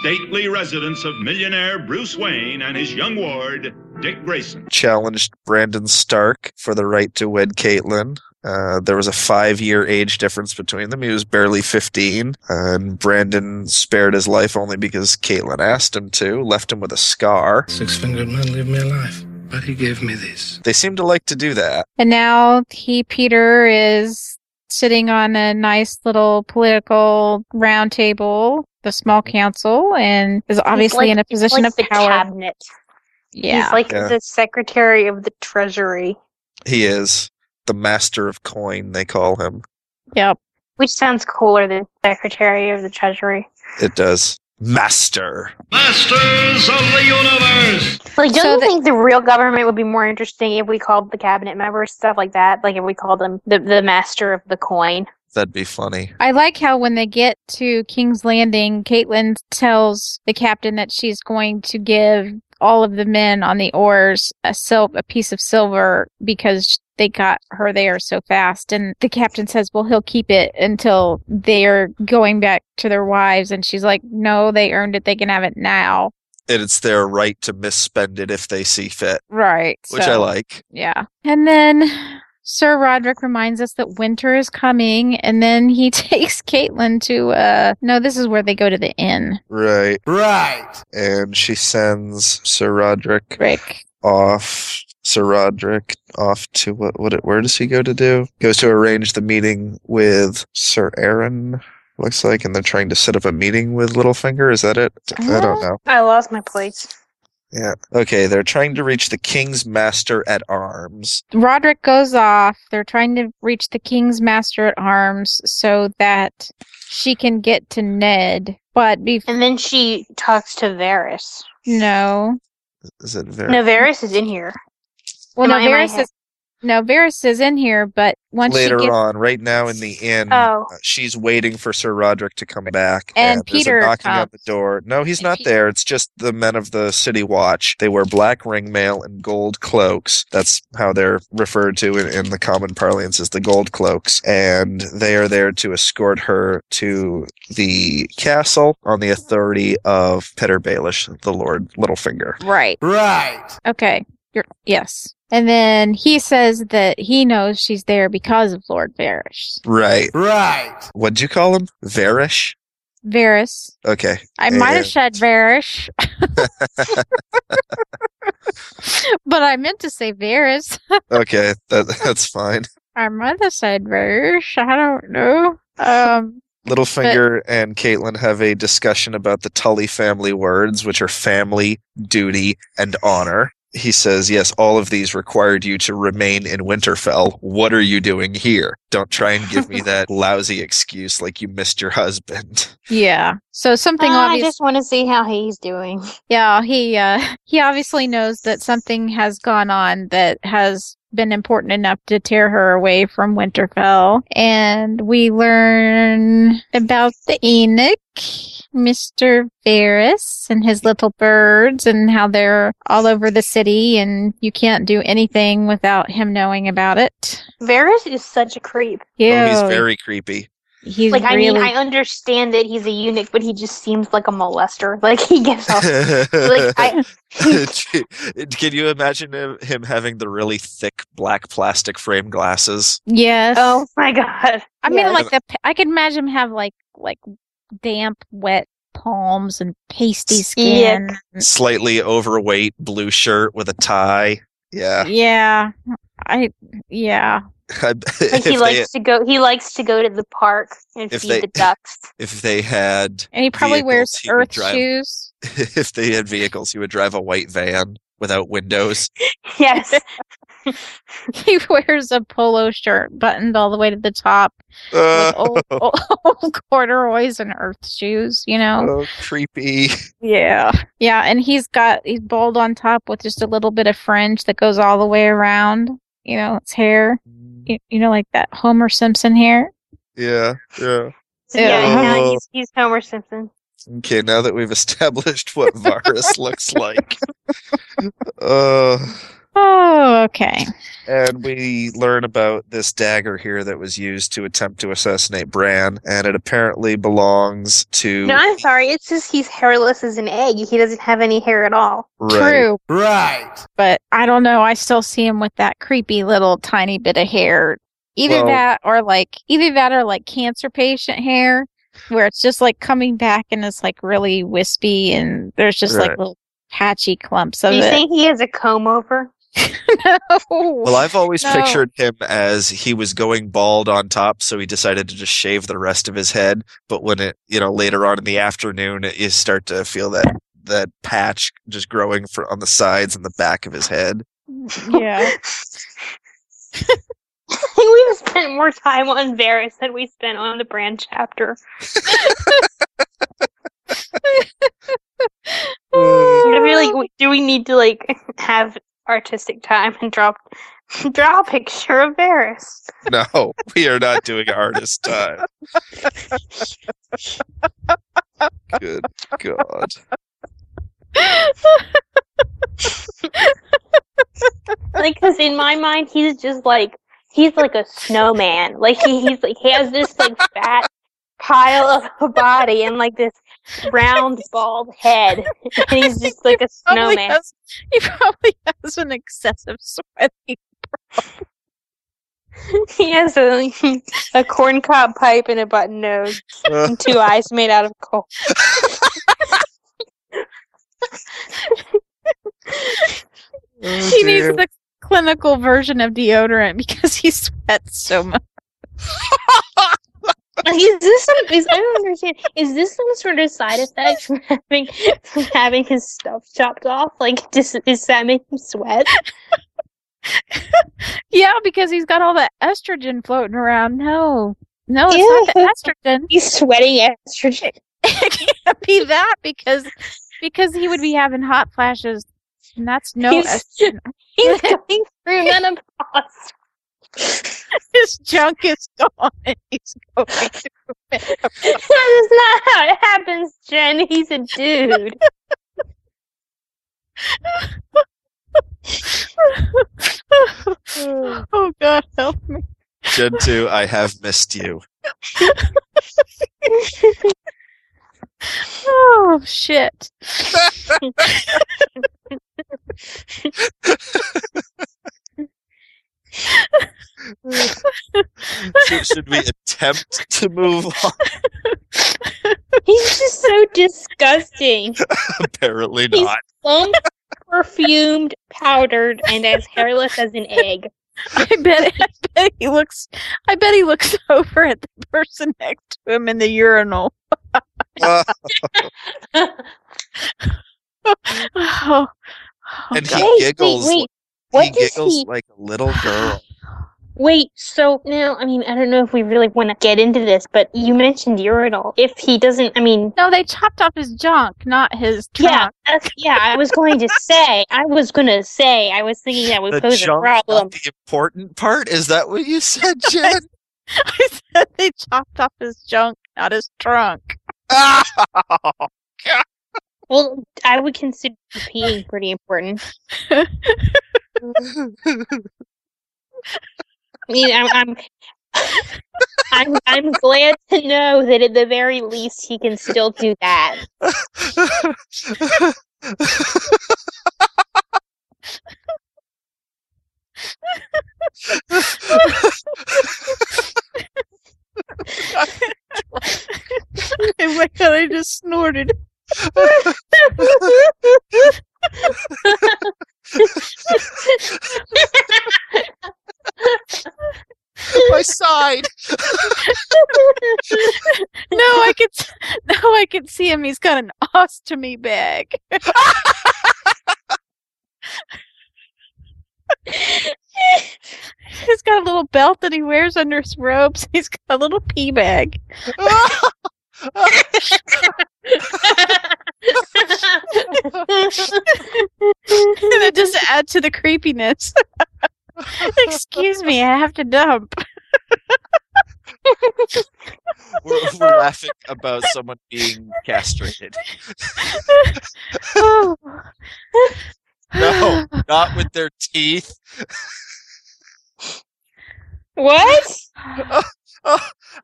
stately residence of millionaire Bruce Wayne and his young ward, Dick Grayson. Challenged Brandon Stark for the right to wed Caitlin. Uh, there was a five year age difference between them. He was barely 15. And Brandon spared his life only because Caitlin asked him to, left him with a scar. Six fingered man lived me a life, but he gave me this. They seem to like to do that. And now he, Peter, is sitting on a nice little political round table, the small council, and is obviously like- in a he's position like of the power. Cabinet. Yeah. He's like Yeah. the Secretary of the Treasury, He is the master of coin, they call him. Yep. which sounds cooler than Secretary of the Treasury. It does. Master. Masters of the universe! Like, don't So you the- think the real government would be more interesting if we called the cabinet members stuff like that? Like if we called them the, the master of the coin? That'd be funny. I like how when they get to King's Landing, Caitlin tells the captain that she's going to give all of the men on the oars a sil- a piece of silver because they got her there so fast. And the captain says, well, he'll keep it until they're going back to their wives. And she's like, no, they earned it. They can have it now. and it's their right to misspend it if they see fit. Right. Which so- I like. Yeah. And then Sir Roderick reminds us that winter is coming, and then he takes Caitlin to uh no, this is where they go to the inn. Right. Right. And she sends Sir Roderick Rick. off. Sir Roderick off to what? What? Where does he go to do? Goes to arrange the meeting with Sir Aaron. Looks like, and they're trying to set up a meeting with Littlefinger. Is that it? I don't know. I lost my place. Yeah. Okay. They're trying to reach the King's Master at Arms. Roderick goes off. They're trying to reach the King's Master at Arms so that she can get to Ned. But be- and then she talks to Varys. No. Is it very? No, Varys is in here. Am Well, no, I- am I Varys ha- is no Varys is in here, but once later she gets on, right now in the inn, Oh. uh, she's waiting for Sir Roderick to come back. And there's a Peter knocking at the door. No, he's not there. It's just the men of the city watch. They wear black ringmail and gold cloaks. That's how they're referred to in, in the common parlance as the gold cloaks. And they are there to escort her to the castle on the authority of Peter Baelish, the Lord Littlefinger. Right. Right. Okay. You're, yes. And then he says that he knows she's there because of Lord Varys. Right. Right. What'd you call him? Varish? Varys. Okay. I might have And- said Varish, but I meant to say Varys. okay, that, that's fine. I might have said Varish. I don't know. Um, Littlefinger and Caitlin have a discussion about the Tully family words, which are family, duty, and honor. He says, Yes, all of these required you to remain in Winterfell. What are you doing here? Don't try and give me that lousy excuse like you missed your husband. yeah. So something Uh, I obvious. just want to see how he's doing. Yeah, he uh he obviously knows that something has gone on that has been important enough to tear her away from Winterfell. And we learn about the Enoch, Mr. Varys and his little birds and how they're all over the city and you can't do anything without him knowing about it. Varys is such a creep. Yeah. Oh, he's very creepy. he's like I really mean, I understand that he's a eunuch, but he just seems like a molester. Like he gets off. Oh. like I, Can you imagine him him having the really thick black plastic frame glasses? Yes. Oh my god. I mean, Yes. like the pa- I could imagine him have like like damp, wet palms and pasty skin. Mm. slightly overweight blue shirt with a tie. Yeah. Yeah. I yeah. I- like if, he they, likes to go. He likes to go to the park and If feed they- the ducks. if they had And he probably wears vehicles, he would earth drive- shoes. if they had vehicles, he would drive a white van without windows. Yes. he wears a polo shirt buttoned all the way to the top. Oh, Old, old, old corduroys and earth shoes, you know. oh, creepy. Yeah. Yeah, and he's got he's bald on top with just a little bit of fringe that goes all the way around, you know, his hair. You, you know like that Homer Simpson hair. Yeah. Yeah. Yeah, Ew. no, he's, he's Homer Simpson. Okay, now that we've established what Varus looks like. Uh Oh, okay. And we learn about this dagger here that was used to attempt to assassinate Bran, and it apparently belongs to No, I'm sorry. It's just he's hairless as an egg. He doesn't have any hair at all. True. Right. But I don't know. I still see him with that creepy little tiny bit of hair. Either Well- that or like either that or like cancer patient hair where it's just like coming back and it's like really wispy and there's just like Right. little patchy clumps of Do you it. think he has a comb over? Well, I've always No. pictured him as he was going bald on top, so he decided to just shave the rest of his head. But when it, you know, later on in the afternoon, it, you start to feel that that patch just growing for, on the sides and the back of his head. yeah. we have spent more time on Varys than we spent on the Brand chapter. Mm. I feel like we- do we need to like have artistic time and draw draw a picture of Varys? No, we are not doing artist time. Good God. like, because in my mind, he's just like he's like a snowman. Like he, he's like he has this like fat pile of a body and like this round bald head, and he's just like a Probably snowman. has, he probably has an excessive Oh, sweating. He has a a corncob pipe and a button nose, and two eyes made out of coal. he needs the clinical version of deodorant because he sweats so much. Is this some? Is I don't understand. Is this some sort of side effect from having from having his stuff chopped off? Like, does does that make him sweat? Yeah, because he's got all that estrogen floating around. No, no, it's not the estrogen. He's sweating estrogen. it can't be that because because he would be having hot flashes, and that's no He's- estrogen. He's going through menopause. His junk is gone, and he's going through menopause. that is not how it happens, Jen. He's a dude. oh God, help me! Gen 2, I have missed you. Oh shit! Should, should we attempt to move on? He's just so disgusting. Apparently He's not. plump, perfumed, powdered, and as hairless as an egg. I bet, I bet he looks. I bet he looks over at the person next to him in the urinal. oh, and he Wait, wait, giggles. wait. He What does giggles he- like a little girl. Wait, so now, I mean, I don't know if we really want to get into this, but you mentioned urinal. If he doesn't, I mean. No, they chopped off his junk, not his Yeah, that's, yeah, I was going to say. I was going to say. I was thinking that would The pose a junk, not problem. the important part. Is that what you said, Jen? I said they chopped off his junk, not his trunk. Ah! Well, I would consider peeing pretty important. I mean, I'm, I'm, I'm, I'm glad to know that at the very least he can still do that. and my God, I just snorted. my side. no, I could. No, I could see him. He's got an ostomy bag. He's got a little belt that he wears under his robes. He's got a little pee bag. and it just adds to the creepiness. Excuse me, I have to dump. We're, we're laughing about someone being castrated. oh. No, not with their teeth. What?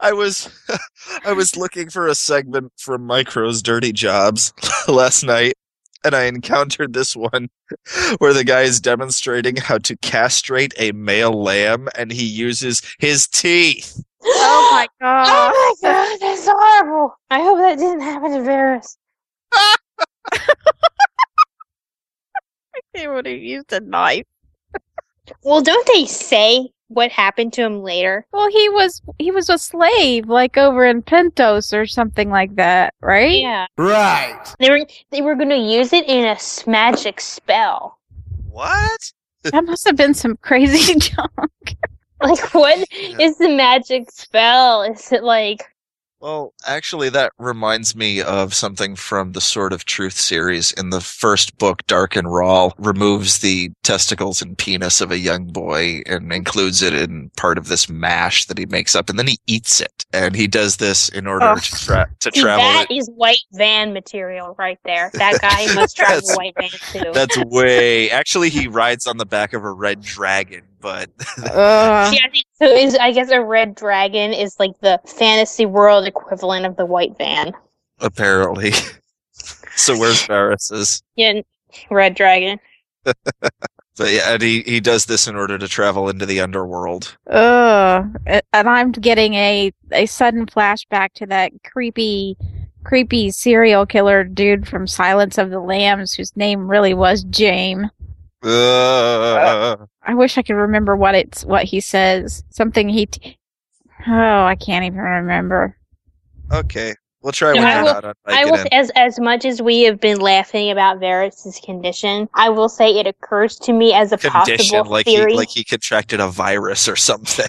I was I was looking for a segment from Micro's Dirty Jobs last night and I encountered this one where the guy is demonstrating how to castrate a male lamb and he uses his teeth. Oh my god! Oh my god, that's horrible! I hope that didn't happen to Varys. They would have used a knife. Well, don't they say what happened to him later? Well, he was he was a slave, like over in Pentos or something like that, right? Yeah, Right. they were they were going to use it in a s- magic spell. What? That must have been some crazy junk. Like, what is the magic spell? Is it like Well, actually, that reminds me of something from the Sword of Truth series. In the first book, Dark and Raw removes the testicles and penis of a young boy and includes it in part of this mash that he makes up, and then he eats it. And he does this in order Oh. to, tra- to See, travel. that it. is white van material right there. That guy must drive That's- a white van too. That's way. Actually, he rides on the back of a red dragon, but See, I think so. Is I guess a red dragon is like the fantasy world equivalent of the white van. apparently. so where's Varys's? Yeah, red dragon. But yeah, and he, he does this in order to travel into the underworld. Ugh. A- And I'm getting a, a sudden flashback to that creepy, creepy serial killer dude from Silence of the Lambs whose name really was James. Uh, I wish I could remember what it's, what he says. Something he, t- oh, I can't even remember. okay, we'll try when And I you're will- not on I will, Vicodin. as as much as we have been laughing about Varys's condition, I will say it occurs to me as a condition, possible like theory. he like he contracted a virus or something.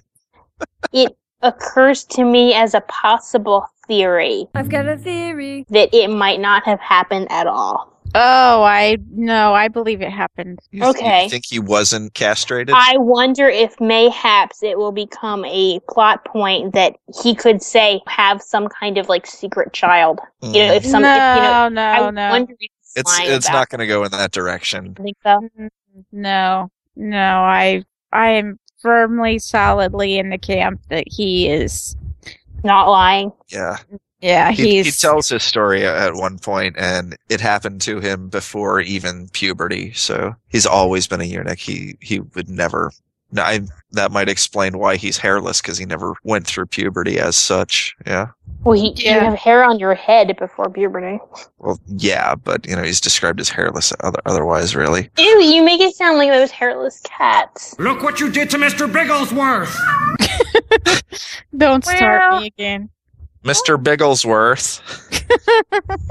it occurs to me as a possible theory. I've got a theory that it might not have happened at all. Oh, I, no, I believe it happened. Okay. You think he wasn't castrated? I wonder if mayhaps it will become a plot point that he could say have some kind of like secret child. You know, if some, if, you know, No, no, I no. wonder if he's Hmm. it's lying it's about not going to go in that direction. it. I think so. No, no, I I am firmly, solidly in the camp that he is. Not lying. Yeah. Yeah, He, he he's- tells his story at one point, and it happened to him before even puberty. So he's always been a eunuch. He he would never. No, I, that might explain why he's hairless because he never went through puberty as such. Yeah. Well, he, you have hair on your head before puberty. Well, yeah, but you know he's described as hairless other, otherwise. Really, Ew, you make it sound like those hairless cats. Look what you did to Mr. Bigglesworth! Don't start me again. Mister Bigglesworth. Ugh.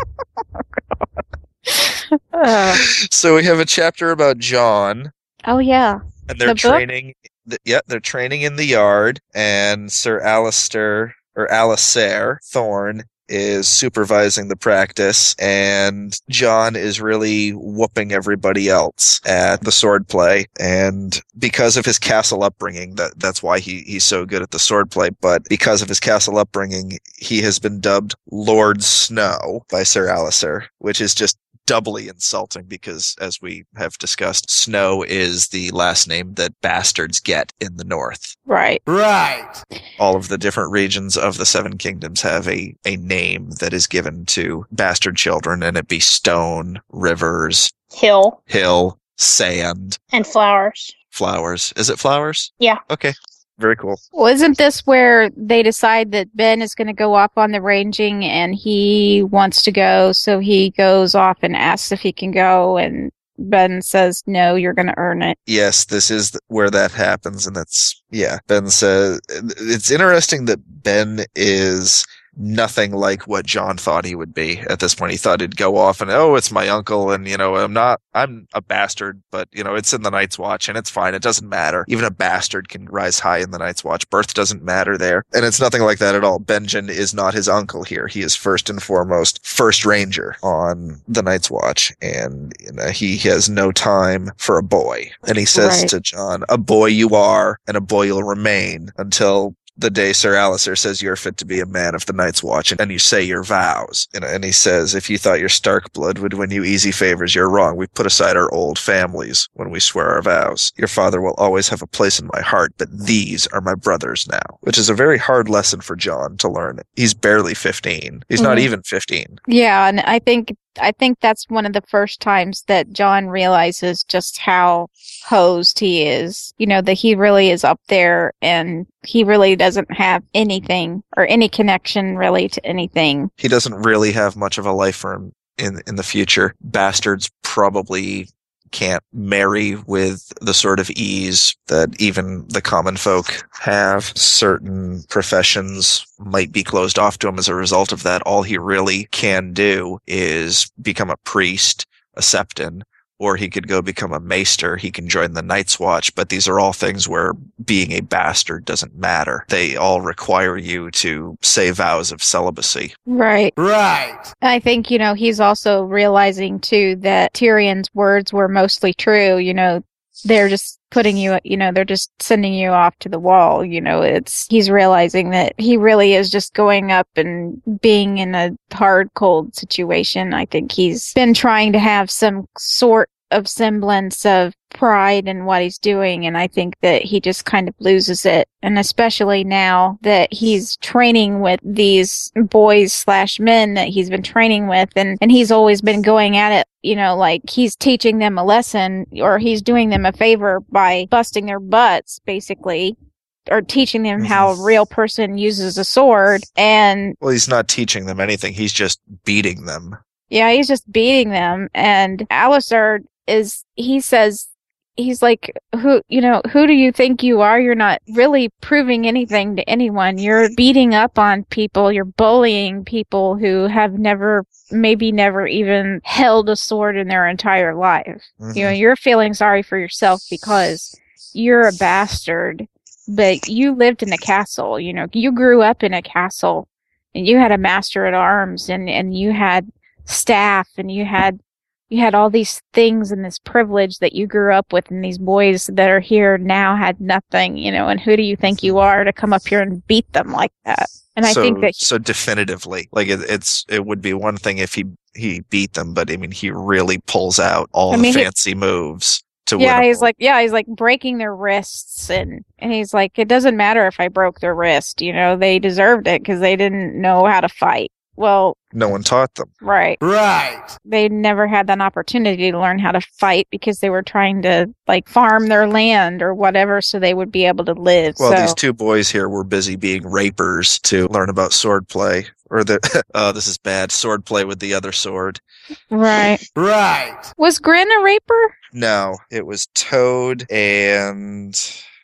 So we have a chapter about John. oh yeah, and they're The book? training. th- yeah, they're training in the yard, and Sir Alistair or Alistair Thorne is supervising the practice, and John is really whooping everybody else at the sword play. And because of his castle upbringing, that that's why he, he's so good at the sword play. But because of his castle upbringing, he has been dubbed Lord Snow by Sir Alistair, which is just doubly insulting because, as we have discussed, Snow is the last name that bastards get in the North. right, Right. All of the different regions of the Seven Kingdoms have a, a name that is given to bastard children, and it be stone, rivers, Hill hill, sand, and flowers. flowers. Is it flowers? Yeah. Okay. Very cool. Well, isn't this where they decide that Ben is going to go off on the ranging and he wants to go, so he goes off and asks if he can go, and Ben says, "No, you're going to earn it." Yes, this is th- where that happens, and that's yeah. Ben says it's interesting that Ben is nothing like what John thought he would be at this point. He thought he'd go off and oh, it's my uncle, and you know I'm not, I'm a bastard, but you know it's in the Night's Watch, and it's fine. It doesn't matter. Even a bastard can rise high in the Night's Watch. Birth doesn't matter there, and it's nothing like that at all. Benjen is not his uncle here. He is first and foremost first ranger on the Night's Watch, and you know he has no time for a boy. And he says Right. to John, "A boy you are, and a boy you'll remain until." The day Sir Alistair says you're fit to be a man of the Night's Watch, and you say your vows. And, and he says, if you thought your Stark blood would win you easy favors, you're wrong. We put aside our old families when we swear our vows. Your father will always have a place in my heart, but these are my brothers now. Which is a very hard lesson for John to learn. He's barely 15. He's not Mm-hmm. Mhm. even 15. Yeah, and I think I think that's one of the first times that John realizes just how hosed he is. You know, that he really is up there and he really doesn't have anything or any connection really to anything. He doesn't really have much of a life for him in, in the future. Bastards probably can't marry with the sort of ease that even the common folk have. Certain professions might be closed off to him as a result of that. All he really can do is become a priest, a septon, or he could go become a maester. He can join the Night's Watch, but these are all things where being a bastard doesn't matter. They all require you to say vows of celibacy. Right. Right. I think, you know, he's also realizing too that Tyrion's words were mostly true. You know, they're just putting you, you know, they're just sending you off to the wall. You know, it's, he's realizing that he really is just going up and being in a hard, cold situation. I think he's been trying to have some sort of semblance of pride in what he's doing and I think that he just kind of loses it and especially now that he's training with these boys slash men that he's been training with and and he's always been going at it you know like he's teaching them a lesson or he's doing them a favor by busting their butts basically or teaching them how a real person uses a sword and Well, he's not teaching them anything. He's just beating them. yeah, he's just beating them. And Alistair is, he says, he's like, who, you know, who do you think you are? You're not really proving anything to anyone. You're beating up on people. You're bullying people who have never, maybe never even held a sword in their entire life. Mm-hmm. You know, Mhm. you're feeling sorry for yourself because you're a bastard, but you lived in a castle. You know, you grew up in a castle and you had a master at arms and, and you had staff and you had you had all these things and this privilege that you grew up with and these boys that are here now had nothing you know and who do you think you are to come up here and beat them like that and i so, think that so definitively, like it, it's it would be one thing if he he beat them, but I mean he really pulls out all I mean, the he- fancy moves to yeah win. he's like yeah he's like breaking their wrists and and he's like it doesn't matter if i broke their wrist you know they deserved it because they didn't know how to fight well No one taught them. Right. Right. They never had that opportunity to learn how to fight because they were trying to like farm their land or whatever so they would be able to live. Well, so these two boys here were busy being rapers to learn about swordplay, or the oh, this is bad swordplay with the other sword. right. Right. Was Grin a raper? No, it was Toad and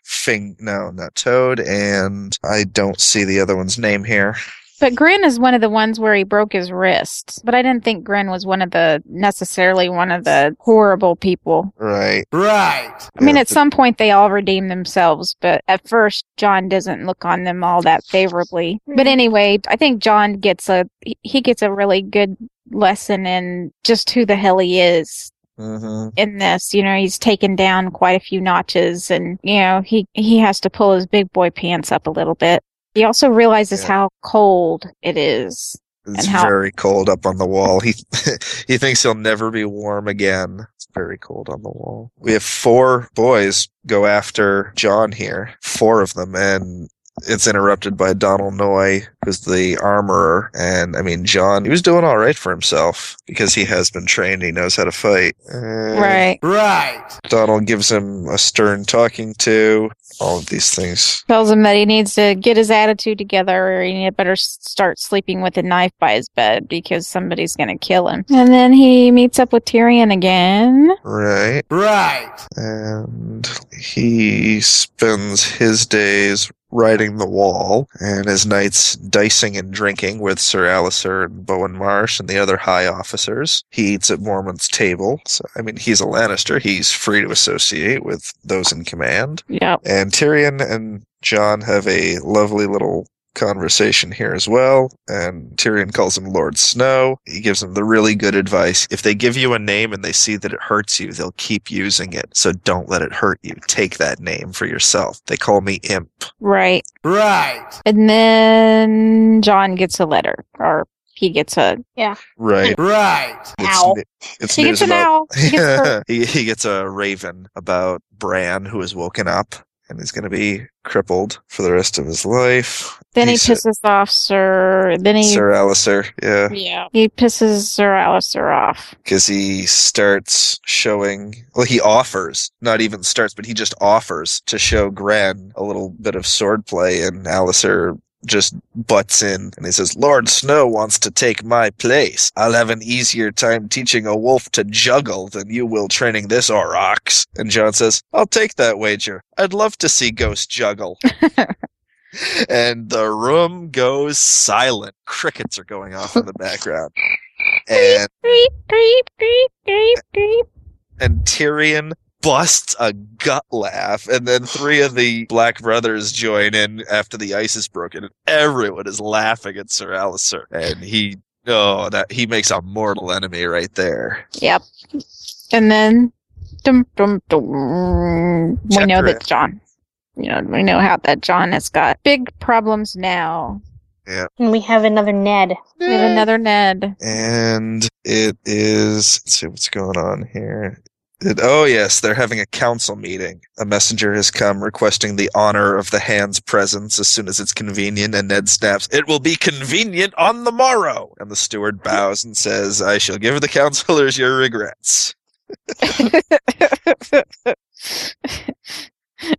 Fing. No, not Toad and I don't see the other one's name here. But Grin is one of the ones where he broke his wrist. But I didn't think Grin was one of the necessarily one of the horrible people. Right. Right. I mean, at some point they all redeem themselves, but at first John doesn't look on them all that favorably. But anyway, I think John gets a he- he gets a really good lesson in just who the hell he is Mm-hmm. in this. You know, he's taken down quite a few notches, and you know he he has to pull his big boy pants up a little bit. He also realizes how cold it is, and It's how very cold up on the wall. He he thinks he'll never be warm again. It's very cold on the wall. We have four boys go after John here, four of them, and it's interrupted by Donald Noy, who's the armorer. And I mean, John, he was doing all right for himself because he has been trained. He knows how to fight. And Right. right. Donald gives him a stern talking to. All of these things. tells him that he needs to get his attitude together, or he better s- start sleeping with a knife by his bed because somebody's gonna kill him. And then he meets up with Tyrion again. Right. Right. And he spends his days riding the wall and his nights dicing and drinking with Sir Alistair and Bowen Marsh and the other high officers. He eats at Mormont's table. So, I mean, he's a Lannister. He's free to associate with those in command. Yeah. And Tyrion and John have a lovely little conversation here as well. And Tyrion calls him Lord Snow. He gives him the really good advice. If they give you a name and they see that it hurts you, they'll keep using it. So don't let it hurt you. Take that name for yourself. They call me Imp. Right. Right. And then John gets a letter, or he gets a yeah. Right. Right. Owl. He gets an owl. He gets hurt. he, he gets a raven about Bran, who has woken up and is going to be crippled for the rest of his life. Then he He's a- pisses off Sir. Then he Sir Alistair, yeah. yeah he pisses Sir Alistair off. Because he starts showing, well, he offers, not even starts, but he just offers to show Gran a little bit of swordplay, and Alistair just butts in and he says, Lord Snow wants to take my place. I'll have an easier time teaching a wolf to juggle than you will training this aurochs. And John says, I'll take that wager. I'd love to see Ghost juggle. and the room goes silent. Crickets are going off in the background. And Beep, beep, beep, beep, beep. and Tyrion busts a gut laugh, and then three of the Black Brothers join in after the ice is broken, and everyone is laughing at Sir Alistair. And he, oh, that he makes a mortal enemy right there. Yep. And then, dum dum dum. We know Chapter that John. You know, we know how that John has got big problems now. Yeah. And we have another Ned. We have another Ned. And it is, let's see what's going on here. It, oh, yes, they're having a council meeting. A messenger has come requesting the honor of the hand's presence as soon as it's convenient, and Ned snaps, It will be convenient on the morrow! And the steward bows and says, I shall give the counselors your regrets.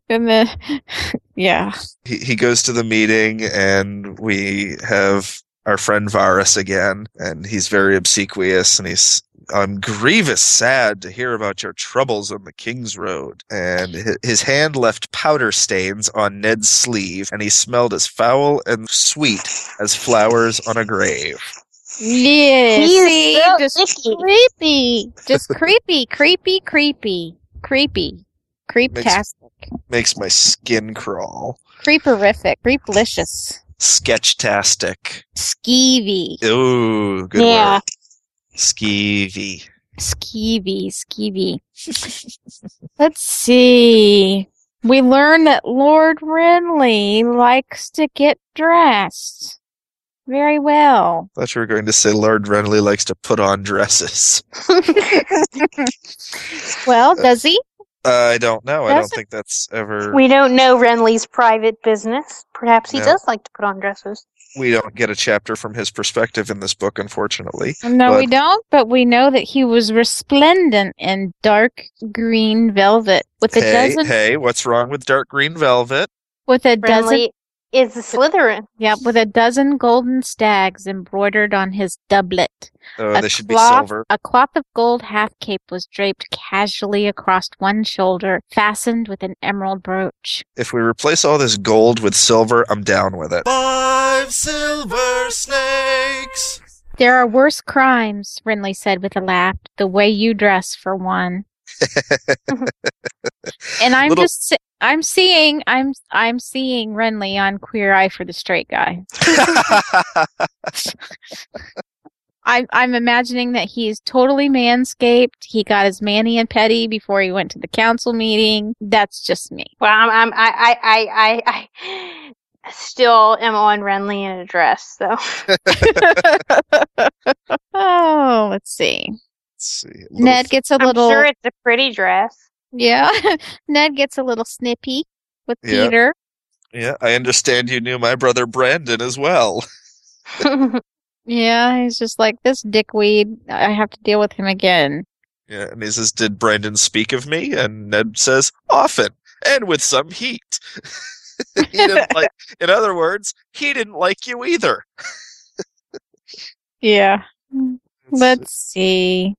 And then, yeah. He, he goes to the meeting, and we have our friend Varus again, and he's very obsequious, and he's I'm grievous sad to hear about your troubles on the King's Road. And hi- his hand left powder stains on Ned's sleeve, and he smelled as foul and sweet as flowers on a grave. Yeah. He's see, so just creepy. Just creepy, creepy, creepy, creepy, creeptastic, Makes my skin crawl. creeperific, creeplicious, Sketchtastic. skeevy, Ooh, good Yeah. word. Skeevy. skeevy, skeevy. Let's see. We learn that Lord Renly likes to get dressed. Very well. Thought you were going to say Lord Renly likes to put on dresses. Uh, well, does he? I don't know. I That's don't a- think that's ever. We don't know Renly's private business. Perhaps he No. does like to put on dresses. we don't get a chapter from his perspective in this book, unfortunately. No, But we don't, but we know that he was resplendent in dark green velvet with a Hey, dozen hey, what's wrong with dark green velvet? with a dozen Renly is a Slytherin. yep, with a dozen golden stags embroidered on his doublet. Oh, A they should cloth- be silver. A cloth of gold half cape was draped casually across one shoulder, fastened with an emerald brooch. If we replace all this gold with silver, I'm down with it. Five silver snakes. There are worse crimes, Renly said with a laugh. The way you dress, for one. and I'm Little- just, se- I'm seeing, I'm, I'm seeing Renly on Queer Eye for the Straight Guy. I'm, I'm imagining that he is totally manscaped. He got his manny and petty before he went to the council meeting. That's just me. Well, I'm, I'm I, I, I, I, I still am on Renly in a dress, though. Oh, let's see. Let's see. Ned gets a I'm little. sure it's a pretty dress. Yeah. Ned gets a little snippy with Yeah. Peter. Yeah, I understand you knew my brother Brandon as well. yeah, he's just like, this dickweed, I have to deal with him again. Yeah, and he says, Did Brandon speak of me? And Ned says, Often, and with some heat. he didn't like in other words, he didn't like you either. Yeah. Let's see.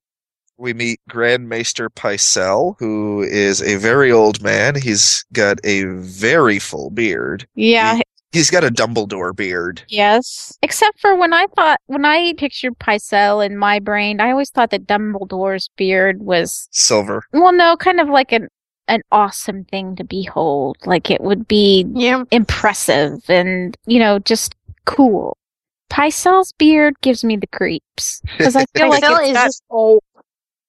we meet Grand Maester Pycelle, who is a very old man. He's got a very full beard. Yeah, He's got a Dumbledore beard. yes. Except for when I thought, when I pictured Pycelle in my brain, I always thought that Dumbledore's beard was, Silver. well, no, kind of like an, an awesome thing to behold. Like it would be Yeah. impressive and, you know, just cool. Pycelle's beard gives me the creeps. Because I feel like Pycelle it's is got- just old.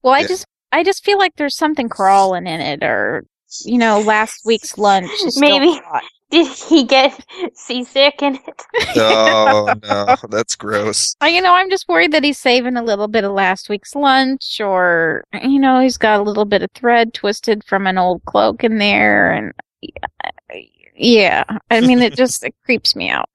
Well, I Yeah. just I just feel like there's something crawling in it, or you know, last week's lunch. is still Maybe. hot. Did he get seasick in it? Oh no, that's gross. I, you know, I'm just worried that he's saving a little bit of last week's lunch, or you know, he's got a little bit of thread twisted from an old cloak in there, and yeah, I mean, it just it creeps me out.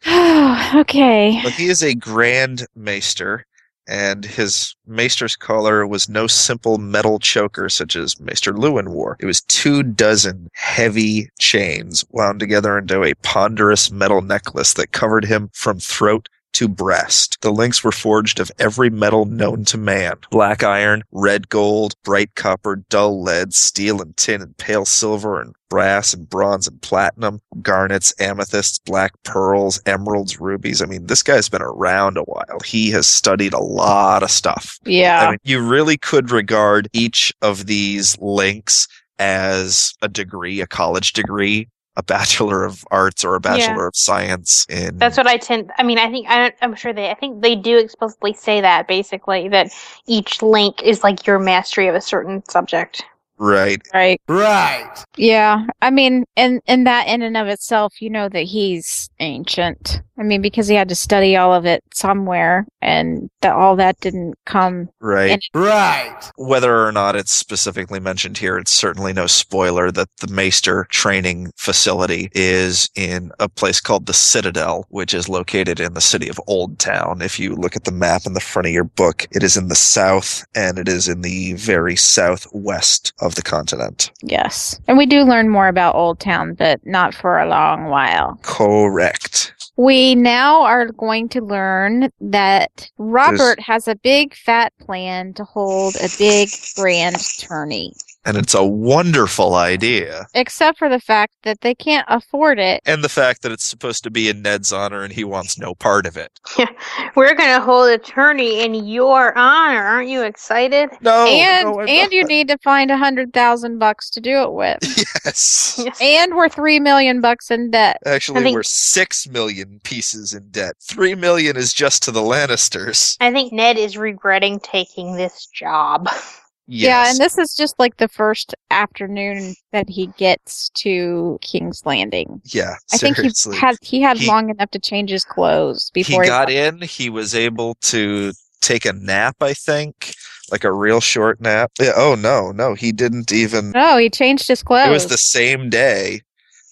okay, But he is a Grand Maester, and his Maester's collar was no simple metal choker such as Maester Lewin wore. It was two dozen heavy chains wound together into a ponderous metal necklace that covered him from throat to breast. The links were forged of every metal known to man black iron, red gold, bright copper, dull lead, steel and tin, and pale silver, and brass and bronze and platinum, garnets, amethysts, black pearls, emeralds, rubies. I mean, this guy's been around a while. He has studied a lot of stuff. Yeah. I mean, you really could regard each of these links as a degree, a college degree, a bachelor of arts or a bachelor of science in That's what I tend. I mean, I think I, don't- I'm sure they. I think they do explicitly say that basically that each link is like your mastery of a certain subject. right. Right. Right. Yeah, I mean, and and that in and of itself, you know that he's ancient. I mean, because he had to study all of it somewhere, and that all that didn't come Right. And- right. Whether or not it's specifically mentioned here, it's certainly no spoiler that the Maester training facility is in a place called the Citadel, which is located in the city of Old Town. If you look at the map in the front of your book, it is in the south and it is in the very southwest of the continent. Yes. And we do learn more about Old Town, but not for a long while. Correct. We now are going to learn that Robert has a big fat plan to hold a big grand tourney, And it's a wonderful idea. except for the fact that they can't afford it. And the fact that it's supposed to be in Ned's honor and he wants no part of it. We're gonna hold a tourney in your honor. Aren't you excited? Oh, No. and and you need to find a hundred thousand bucks to do it with. Yes. And we're three million bucks in debt. Actually, I think, we're six million pieces in debt. Three million is just to the Lannisters. I think Ned is regretting taking this job. Yeah, Yes. and this is just like the first afternoon that he gets to King's Landing. yeah, I think he seriously. had he had He- long enough to change his clothes he before got in. He was able to take a nap. I think, like a real short nap. Yeah, oh no, no, he didn't even. No, Oh, he changed his clothes. It was the same day.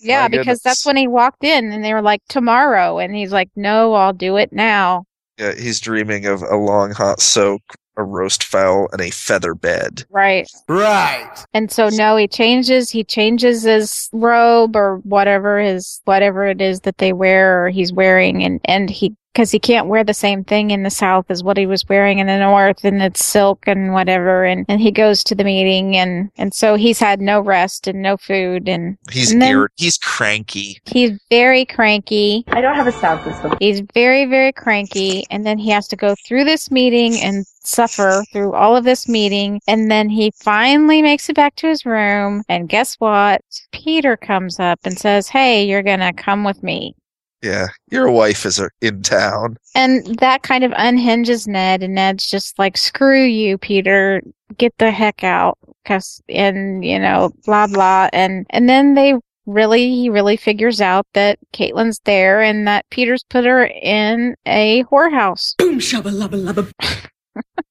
yeah, my because goodness. that's when he walked in, and they were like tomorrow, and he's like, "No, I'll do it now." Yeah, he's dreaming of a long hot soak, a roast fowl, and a feather bed. Right. Right. And so no, he changes. He changes his robe or whatever his whatever it is that they wear or he's wearing, and and he because he can't wear the same thing in the south as what he was wearing in the north, and it's silk and whatever. And and he goes to the meeting, and and so he's had no rest and no food, and He's and then irrit- He's cranky. He's very cranky. I don't have a sound system. He's very, very cranky, and then he has to go through this meeting and suffer through all of this meeting, and then he finally makes it back to his room. And guess what? Peter comes up and says, "Hey, you're gonna come with me." Yeah, your wife is uh, in town. And that kind of unhinges Ned, and Ned's just like, "Screw you, Peter! Get the heck out!" 'Cause- and you know, blah blah, and and then they really, he really figures out that Caitlin's there, and that Peter's put her in a whorehouse. Boom shabba lubba lubba.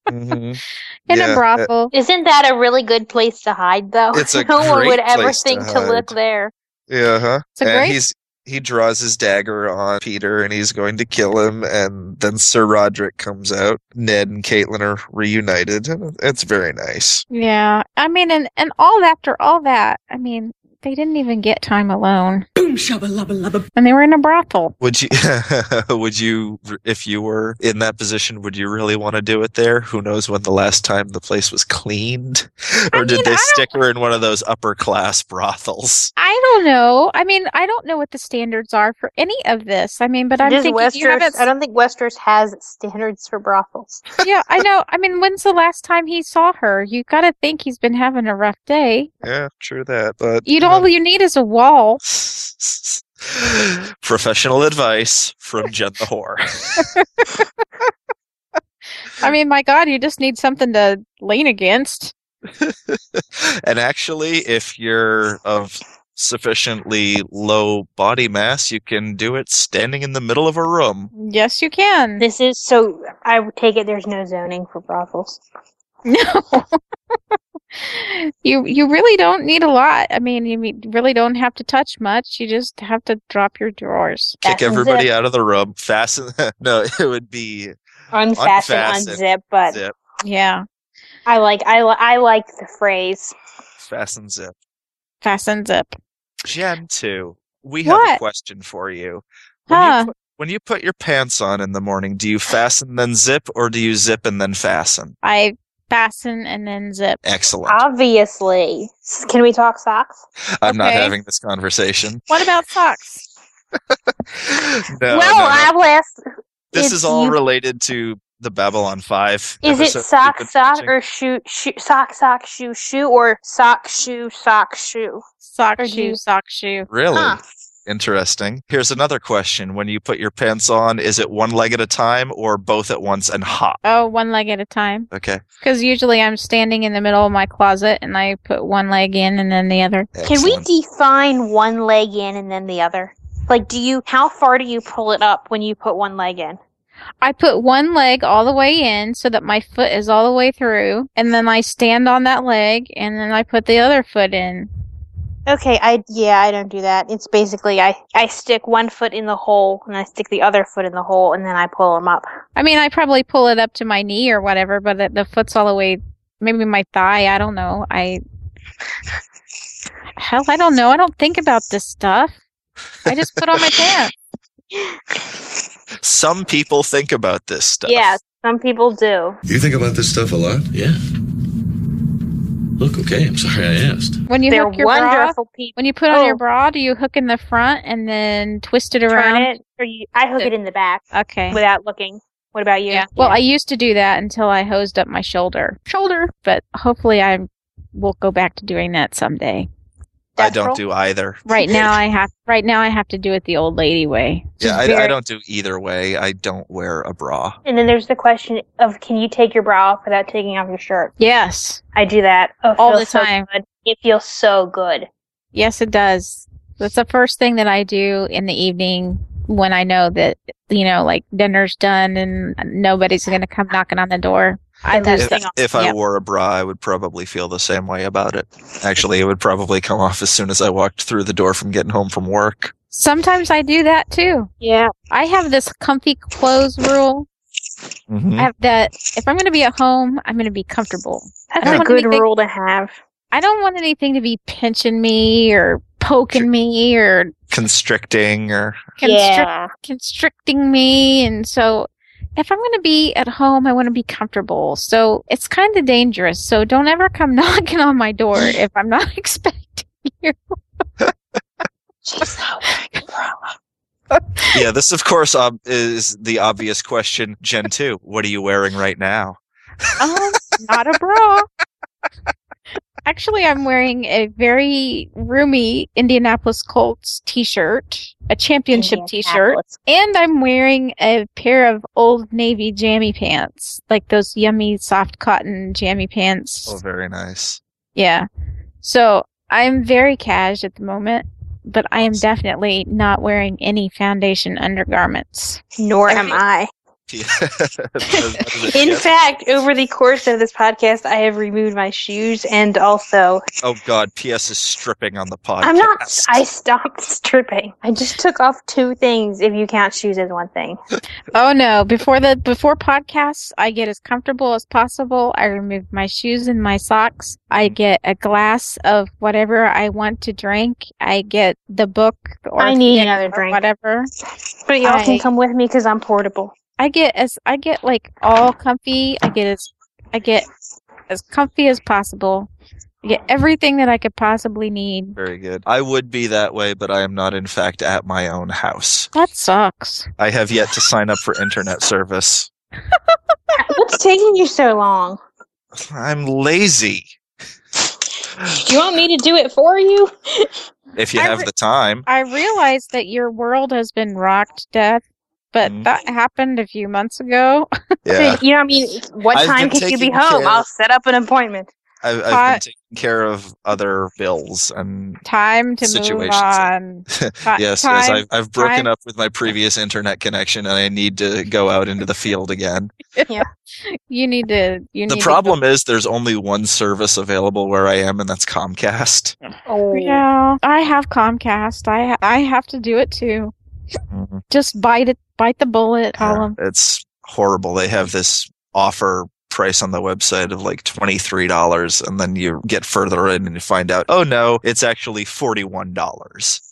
Mm-hmm. In uh, a eh, brothel. Isn't that a really good place to hide, though? It's a no one great would ever place to think to, look there. Yeah, huh? It's a and great- he's he draws his dagger on Peter and he's going to kill him and then Sir Roderick comes out. Ned and Caitlin are reunited and it's very nice. Yeah, I mean, and and all after all that, I mean, they didn't even get time alone. Boom shabba lubba lubba. And they were in a brothel. Would you would you if you were in that position would you really want to do it there? Who knows when the last time the place was cleaned? or did they stick her in one of those upper class brothels? I don't know. I mean, I don't know what the standards are for any of this. I mean, but I'm Does thinking you Westeros- haven't. I don't think Westeros has standards for brothels. yeah, I know. I mean, when's the last time he saw her? You got to think he's been having a rough day. Yeah, true that. But You all you need is a wall. professional advice from Jen the whore. I mean, my God, you just need something to lean against. And actually, if you're of sufficiently low body mass, you can do it standing in the middle of a room. Yes, you can. This is so. I would take it there's no zoning for brothels. You you really don't need a lot. I mean, you mean- really don't have to touch much. You just have to drop your drawers. Kick everybody out of the room. Fasten. no, it would be Unfasten, unzip, but zip, yeah, I like I li- I like the phrase. fasten zip. Fasten zip. Gen two. We have What? a question for you. Huh. When you put your pants on in the morning, do you fasten then zip, or do you zip and then fasten? I fasten and then zip. Excellent. Obviously. Can we talk socks? I'm not Okay. having this conversation. What about socks? No, well, no, no. I've last. this if is all you- related to the Babylon Five. Is it episode sock, we've been sock, watching. or shoe, shoe, sock, sock, shoe, shoe, or sock, shoe, sock, shoe? Sock, Or do shoe, you- sock, shoe. Really? Huh. Interesting. Here's another question: When you put your pants on, is it one leg at a time or both at once and hop? Oh, one leg at a time. Okay. Because usually I'm standing in the middle of my closet and I put one leg in and then the other. Can we define one leg in and then the other? Like, do you, how far do you pull it up when you put one leg in? I put one leg all the way in so that my foot is all the way through, and then I stand on that leg, and then I put the other foot in. Okay, I, yeah, I don't do that. It's basically, I, I stick one foot in the hole and I stick the other foot in the hole and then I pull them up. I mean, I probably pull it up to my knee or whatever, but the, the foot's all the way, maybe my thigh. I don't know. I hell, I don't know. I don't think about this stuff. I just put on my pants. Some people think about this stuff. Yeah, some people do. You think about this stuff a lot? Yeah. Look, okay, I'm sorry I asked. When you They're hook your wonderful bra, when you put on your bra, do you hook in the front and then twist it around? Oh. Turn it, or you, I hook it in the back. Okay. Without looking. What about you? Well, I used to do that until I hosed up my shoulder. Shoulder, but hopefully I will go back to doing that someday. I don't do either. Right now I have right now I have to do it the old lady way. Yeah, I, I very- don't do either way. I don't wear a bra. And then there's the question of can you take your bra off without taking off your shirt? Yes. I do that Oh, it All feels the time. So good. It feels so good. Yes, it does. That's the first thing that I do in the evening when I know that you know like dinner's done and nobody's going to come knocking on the door. I lose If, the- if I Yep. wore a bra, I would probably feel the same way about it. Actually, it would probably come off as soon as I walked through the door from getting home from work. Sometimes I do that too. Yeah. I have this comfy clothes rule. Mm-hmm. I have that if I'm going to be at home, I'm going to be comfortable. I That's a good rule to have. I don't want anything to be pinching me or poking me or Constricting or constrict, constricting me. And so if I'm going to be at home, I want to be comfortable. So it's kind of dangerous. So don't ever come knocking on my door if I'm not expecting you. yeah, this of course ob- is the obvious question. Gen two, what are you wearing right now? Um, not a bra. Actually, I'm wearing a very roomy Indianapolis Colts t-shirt, a championship t-shirt, and I'm wearing a pair of old navy jammy pants, like those yummy soft cotton jammy pants. Oh, very nice. Yeah. So I'm very cash at the moment, but I am definitely not wearing any foundation undergarments. Nor am I. In fact, over the course of this podcast, I have removed my shoes and also oh God, PS is stripping on the podcast. I'm not. I stopped stripping. I just took off two things. If you count shoes as one thing, Oh no! Before the before podcasts, I get as comfortable as possible. I remove my shoes and my socks. I get a glass of whatever I want to drink. I get the book or I need thick another or drink. whatever. but y'all I- can come with me because I'm portable. I get as I get like all comfy. I get as I get as comfy as possible. I get everything that I could possibly need. Very good. I would be that way, but I am not, in fact, at my own house. That sucks. I have yet to sign up for internet service. What's taking you so long? I'm lazy. You want me to do it for you? If you have the time, I realize that your world has been rocked to death, but Mm-hmm. that happened a few months ago. Yeah. You know, I mean, what I've time been can you be taking home? care- I'll set up an appointment. I- I've, I've been taking care of other bills and Time to move Situations. on. Ti- yes, yes, time- I've, I've broken time- up with my previous internet connection, and I need to go out into the field again. Yeah. you need to. You The need problem is there's only one service available where I am, and that's Comcast. Oh. Yeah, I have Comcast. I ha- I have to do it too. Mm-hmm. Just bite it. Bite the bullet, Uh-huh. Colin. It's horrible. They have this offer price on the website of like $23 and then you get further in and you find out oh no it's actually $41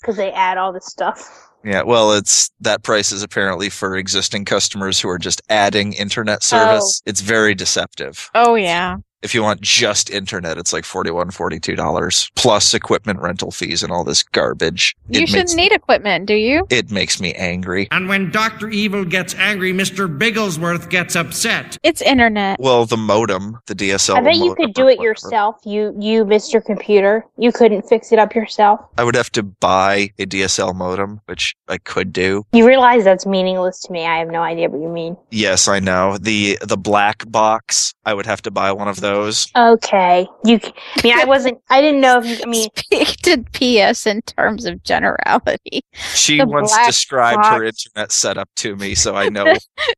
Because they add all this stuff. Yeah, well, it's that price is apparently for existing customers who are just adding Oh. internet service. It's very deceptive. Oh yeah. If you want just internet, it's like $41, $42 plus equipment rental fees and all this garbage. You it shouldn't e makes, need equipment, do you? it makes me angry. And when Dr. Evil gets angry, Mr. Bigglesworth gets upset. It's internet. Well, the modem, the DSL. I bet you modem could or do it whatever. yourself. You you missed your computer. You couldn't fix it up yourself. I would have to buy a DSL modem, which I could do. You realize that's meaningless to me. I have no idea what you mean. Yes, I know. The the black box, I would have to buy one of those. Okay. You. c- I mean, I wasn't. I didn't know if you. I mean, Speak to PS in terms of generality. She The once black described her box. internet setup to me, so I know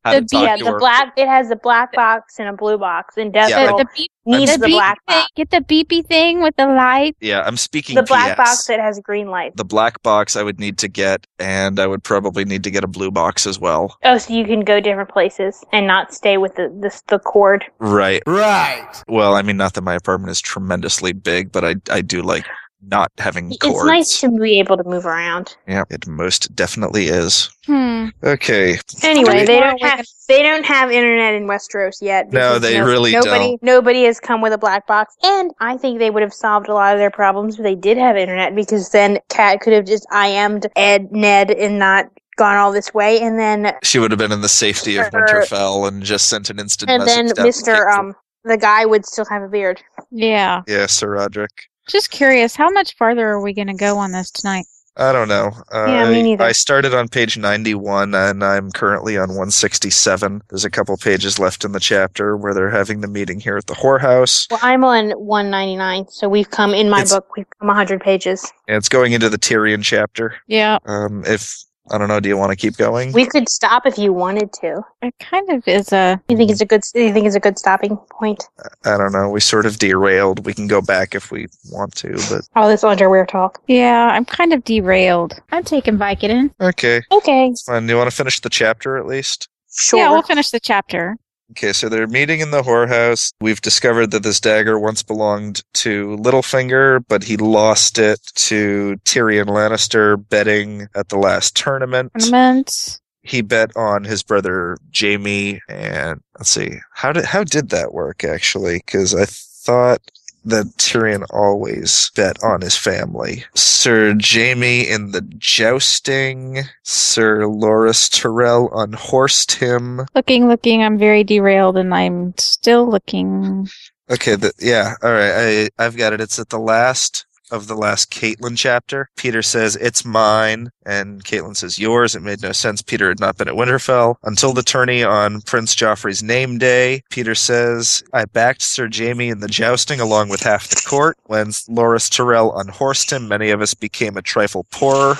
how to The- talk yeah, to the her. black. It has a black box and a blue box, and Death Yeah, Row but- beep, needs the the beep black thing. Get the beepy thing with the light. yeah, I'm speaking the black PS. box that has green light. the black box I would need to get, and I would probably need to get a blue box as well. Oh, so you can go different places and not stay with the this, the cord. Right. Right. Well, I mean, not that my apartment is tremendously big, but I I do like not having It's cords. nice to be able to move around. Yeah, it most definitely is. Hmm. Okay. Anyway, Right. they don't have they don't have internet in Westeros yet. No, because they really nobody, don't. Nobody has come with a black box, and I think they would have solved a lot of their problems if they did have internet, because then Kat could have just IM'd Ed Ned and not gone all this way, and then She would have been in the safety of Or- Winterfell and just sent an instant and then message. down to Mister Kate. um the guy would still have a beard. Yeah. Yeah, Sir Roderick. Just curious, how much farther are we going to go on this tonight? I don't know. Uh, Yeah, me neither. I started on page 91 and I'm currently on 167. There's a couple pages left in the chapter where they're having the meeting here at the whorehouse. Well, I'm on 199, so we've come in my It's- book. We've come 100 pages. And it's going into the Tyrion chapter. Yeah. Um, if, I don't know, do you want to keep going? We could stop if you wanted to. It kind of is a. You Hmm. think it's a good? You think it's a good stopping point? I don't know. We sort of derailed. We can go back if we want to, but All this underwear talk. Yeah, I'm kind of derailed. I'm taking Vicodin. okay. Okay. Fine. Do you want to finish the chapter at least? Sure. Yeah, we'll finish the chapter. Okay, so they're meeting in the whorehouse. We've discovered that this dagger once belonged to Littlefinger, but he lost it to Tyrion Lannister betting at the last tournament. Ornament. He bet on his brother Jamie, and let's see how did how did that work actually? Because I thought that Tyrion always bet on his family. Sir Jamie in the jousting. Sir Loris Tyrell unhorsed him. Looking, looking, I'm very derailed and I'm still looking. Okay, the, yeah, all right. I I've got it. It's at the last of the last Caitlin chapter. Peter says it's mine, and Caitlin says yours. It made no sense. Peter had not been at Winterfell until the tourney on Prince Joffrey's name day. Peter says I backed Sir Jamie in the jousting along with half the court. When Loris Tyrell unhorsed him, many of us became a trifle poorer.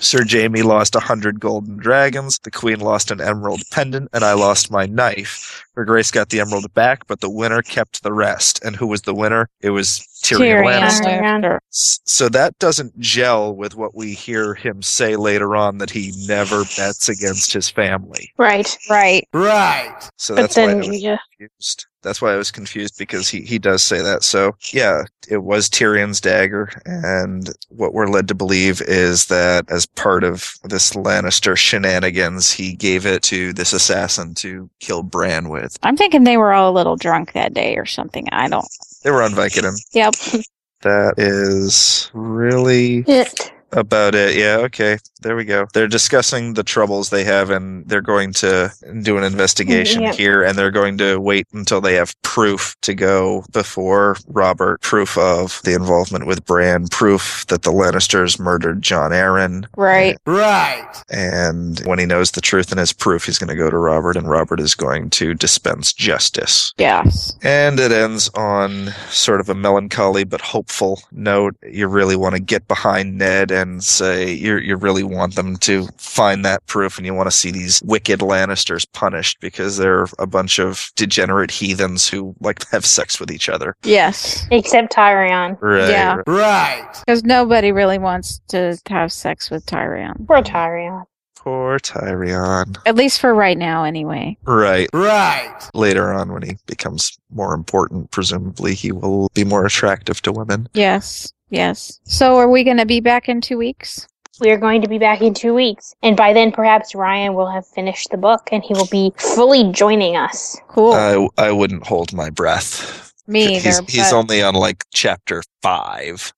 Sir Jamie lost a hundred golden dragons, the queen lost an emerald pendant, and I lost my knife. Her grace got the emerald back, but the winner kept the rest. And who was the winner? It was Tyrion, Lannister. S- So that doesn't gel with what we hear him say later on that he never bets against his family. Right. Right. Right. So but that's why I then, uh, was yeah. confused. That's why I was confused because he, he does say that. So yeah, it was Tyrion's dagger, and what we're led to believe is that as part of this Lannister shenanigans, he gave it to this assassin to kill Bran with. I'm thinking they were all a little drunk that day or something. I don't. They were on Vicodin. Yep. That is really It. About it, yeah, okay. There we go. They're discussing the troubles they have and they're going to do an investigation Mm, yeah. here and they're going to wait until they have proof to go before Robert, proof of the involvement with Bran, proof that the Lannisters murdered John Aaron. Right. Right. And when he knows the truth and has proof, he's going to go to Robert and Robert is going to dispense justice. Yes. And it ends on sort of a melancholy but hopeful note. You really want to get behind Ned and say you you really want them to find that proof, and you want to see these wicked Lannisters punished because they're a bunch of degenerate heathens who like to have sex with each other. Yes. Except Tyrion. Right. Yeah. Right. Because nobody really wants to have sex with Tyrion. Poor Tyrion. Poor Tyrion. At least for right now, anyway. Right. Right. Later on, when he becomes more important, presumably he will be more attractive to women. Yes. Yes. So are we going to be back in two weeks? We are going to be back in two weeks, and by then perhaps Ryan will have finished the book and he will be fully joining us. Cool. I, I wouldn't hold my breath. Me Uh, he's, either, he's but- only on like chapter five.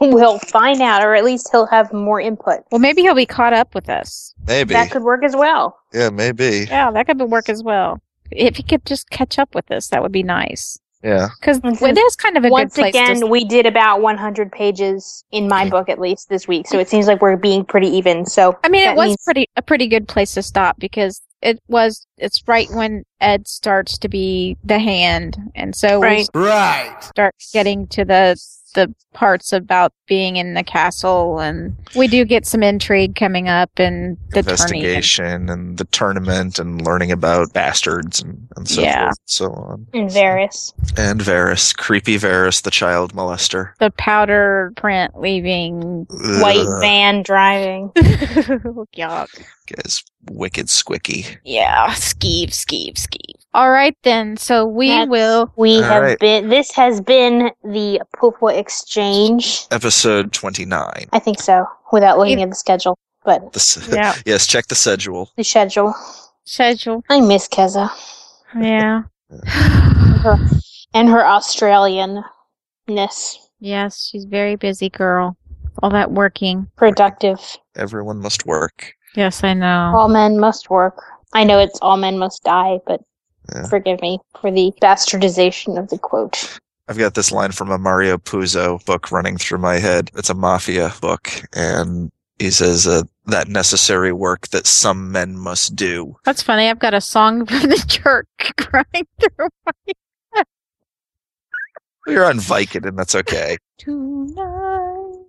We'll find out, or at least he'll have more input. Well, maybe he'll be caught up with us. Maybe. That could work as well. yeah, maybe. Yeah, that could work as well. If he could just catch up with us, that would be nice. Yeah. Because it is kind of a Hmm. Once good place again, to... we did about 100 pages in my book at least this week, so it seems like we're being pretty even. So I mean, it that was means- pretty a pretty good place to stop because it was it's right when Ed starts to be the hand, and so Right. we Right. start getting to the the parts about being in the castle, and we do get some intrigue coming up and the tourney. and- Investigation and the tournament and learning about bastards and, and so Yeah. forth and so on. And Varys, And Varys, creepy Varys, the child molester. the powder print leaving, white van driving. yuck. Guy's wicked squicky. Yeah, skeeve, skeeve, skeeve. All right then. So we That's- will. We All have right. been. This has been the Pupwa Exchange. Episode 29. I think so, without looking at the schedule, but The s- Yeah. yes, check the schedule. the schedule. Schedule. I miss Keza. Yeah. her, and her Australian-ness. Yes, she's very busy girl. All that working. Productive. Everyone must work. Yes, I know. All men must work. I know it's all men must die, but Yeah. forgive me for the bastardization of the quote. I've got this line from a Mario Puzo book running through my head. It's a mafia book, and he says uh, that necessary work that some men must do. That's funny. I've got a song from the church crying through my Well, you're on Vicodin, that's okay. Tonight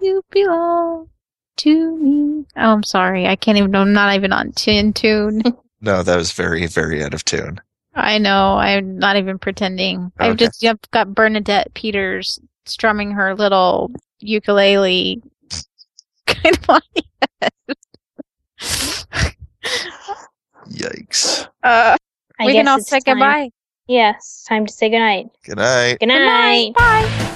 you belong to me. Oh, I'm sorry. I can't even. I'm not even on tune tune. No, that was very, very out of tune. I know. I'm not even pretending. I've Okay. just yep, got Bernadette Peters strumming her little ukulele kind of on the head. Yikes. uh, I we can guess all it's say time- goodbye. Yes, time to say goodnight. Good night. Good night. Bye.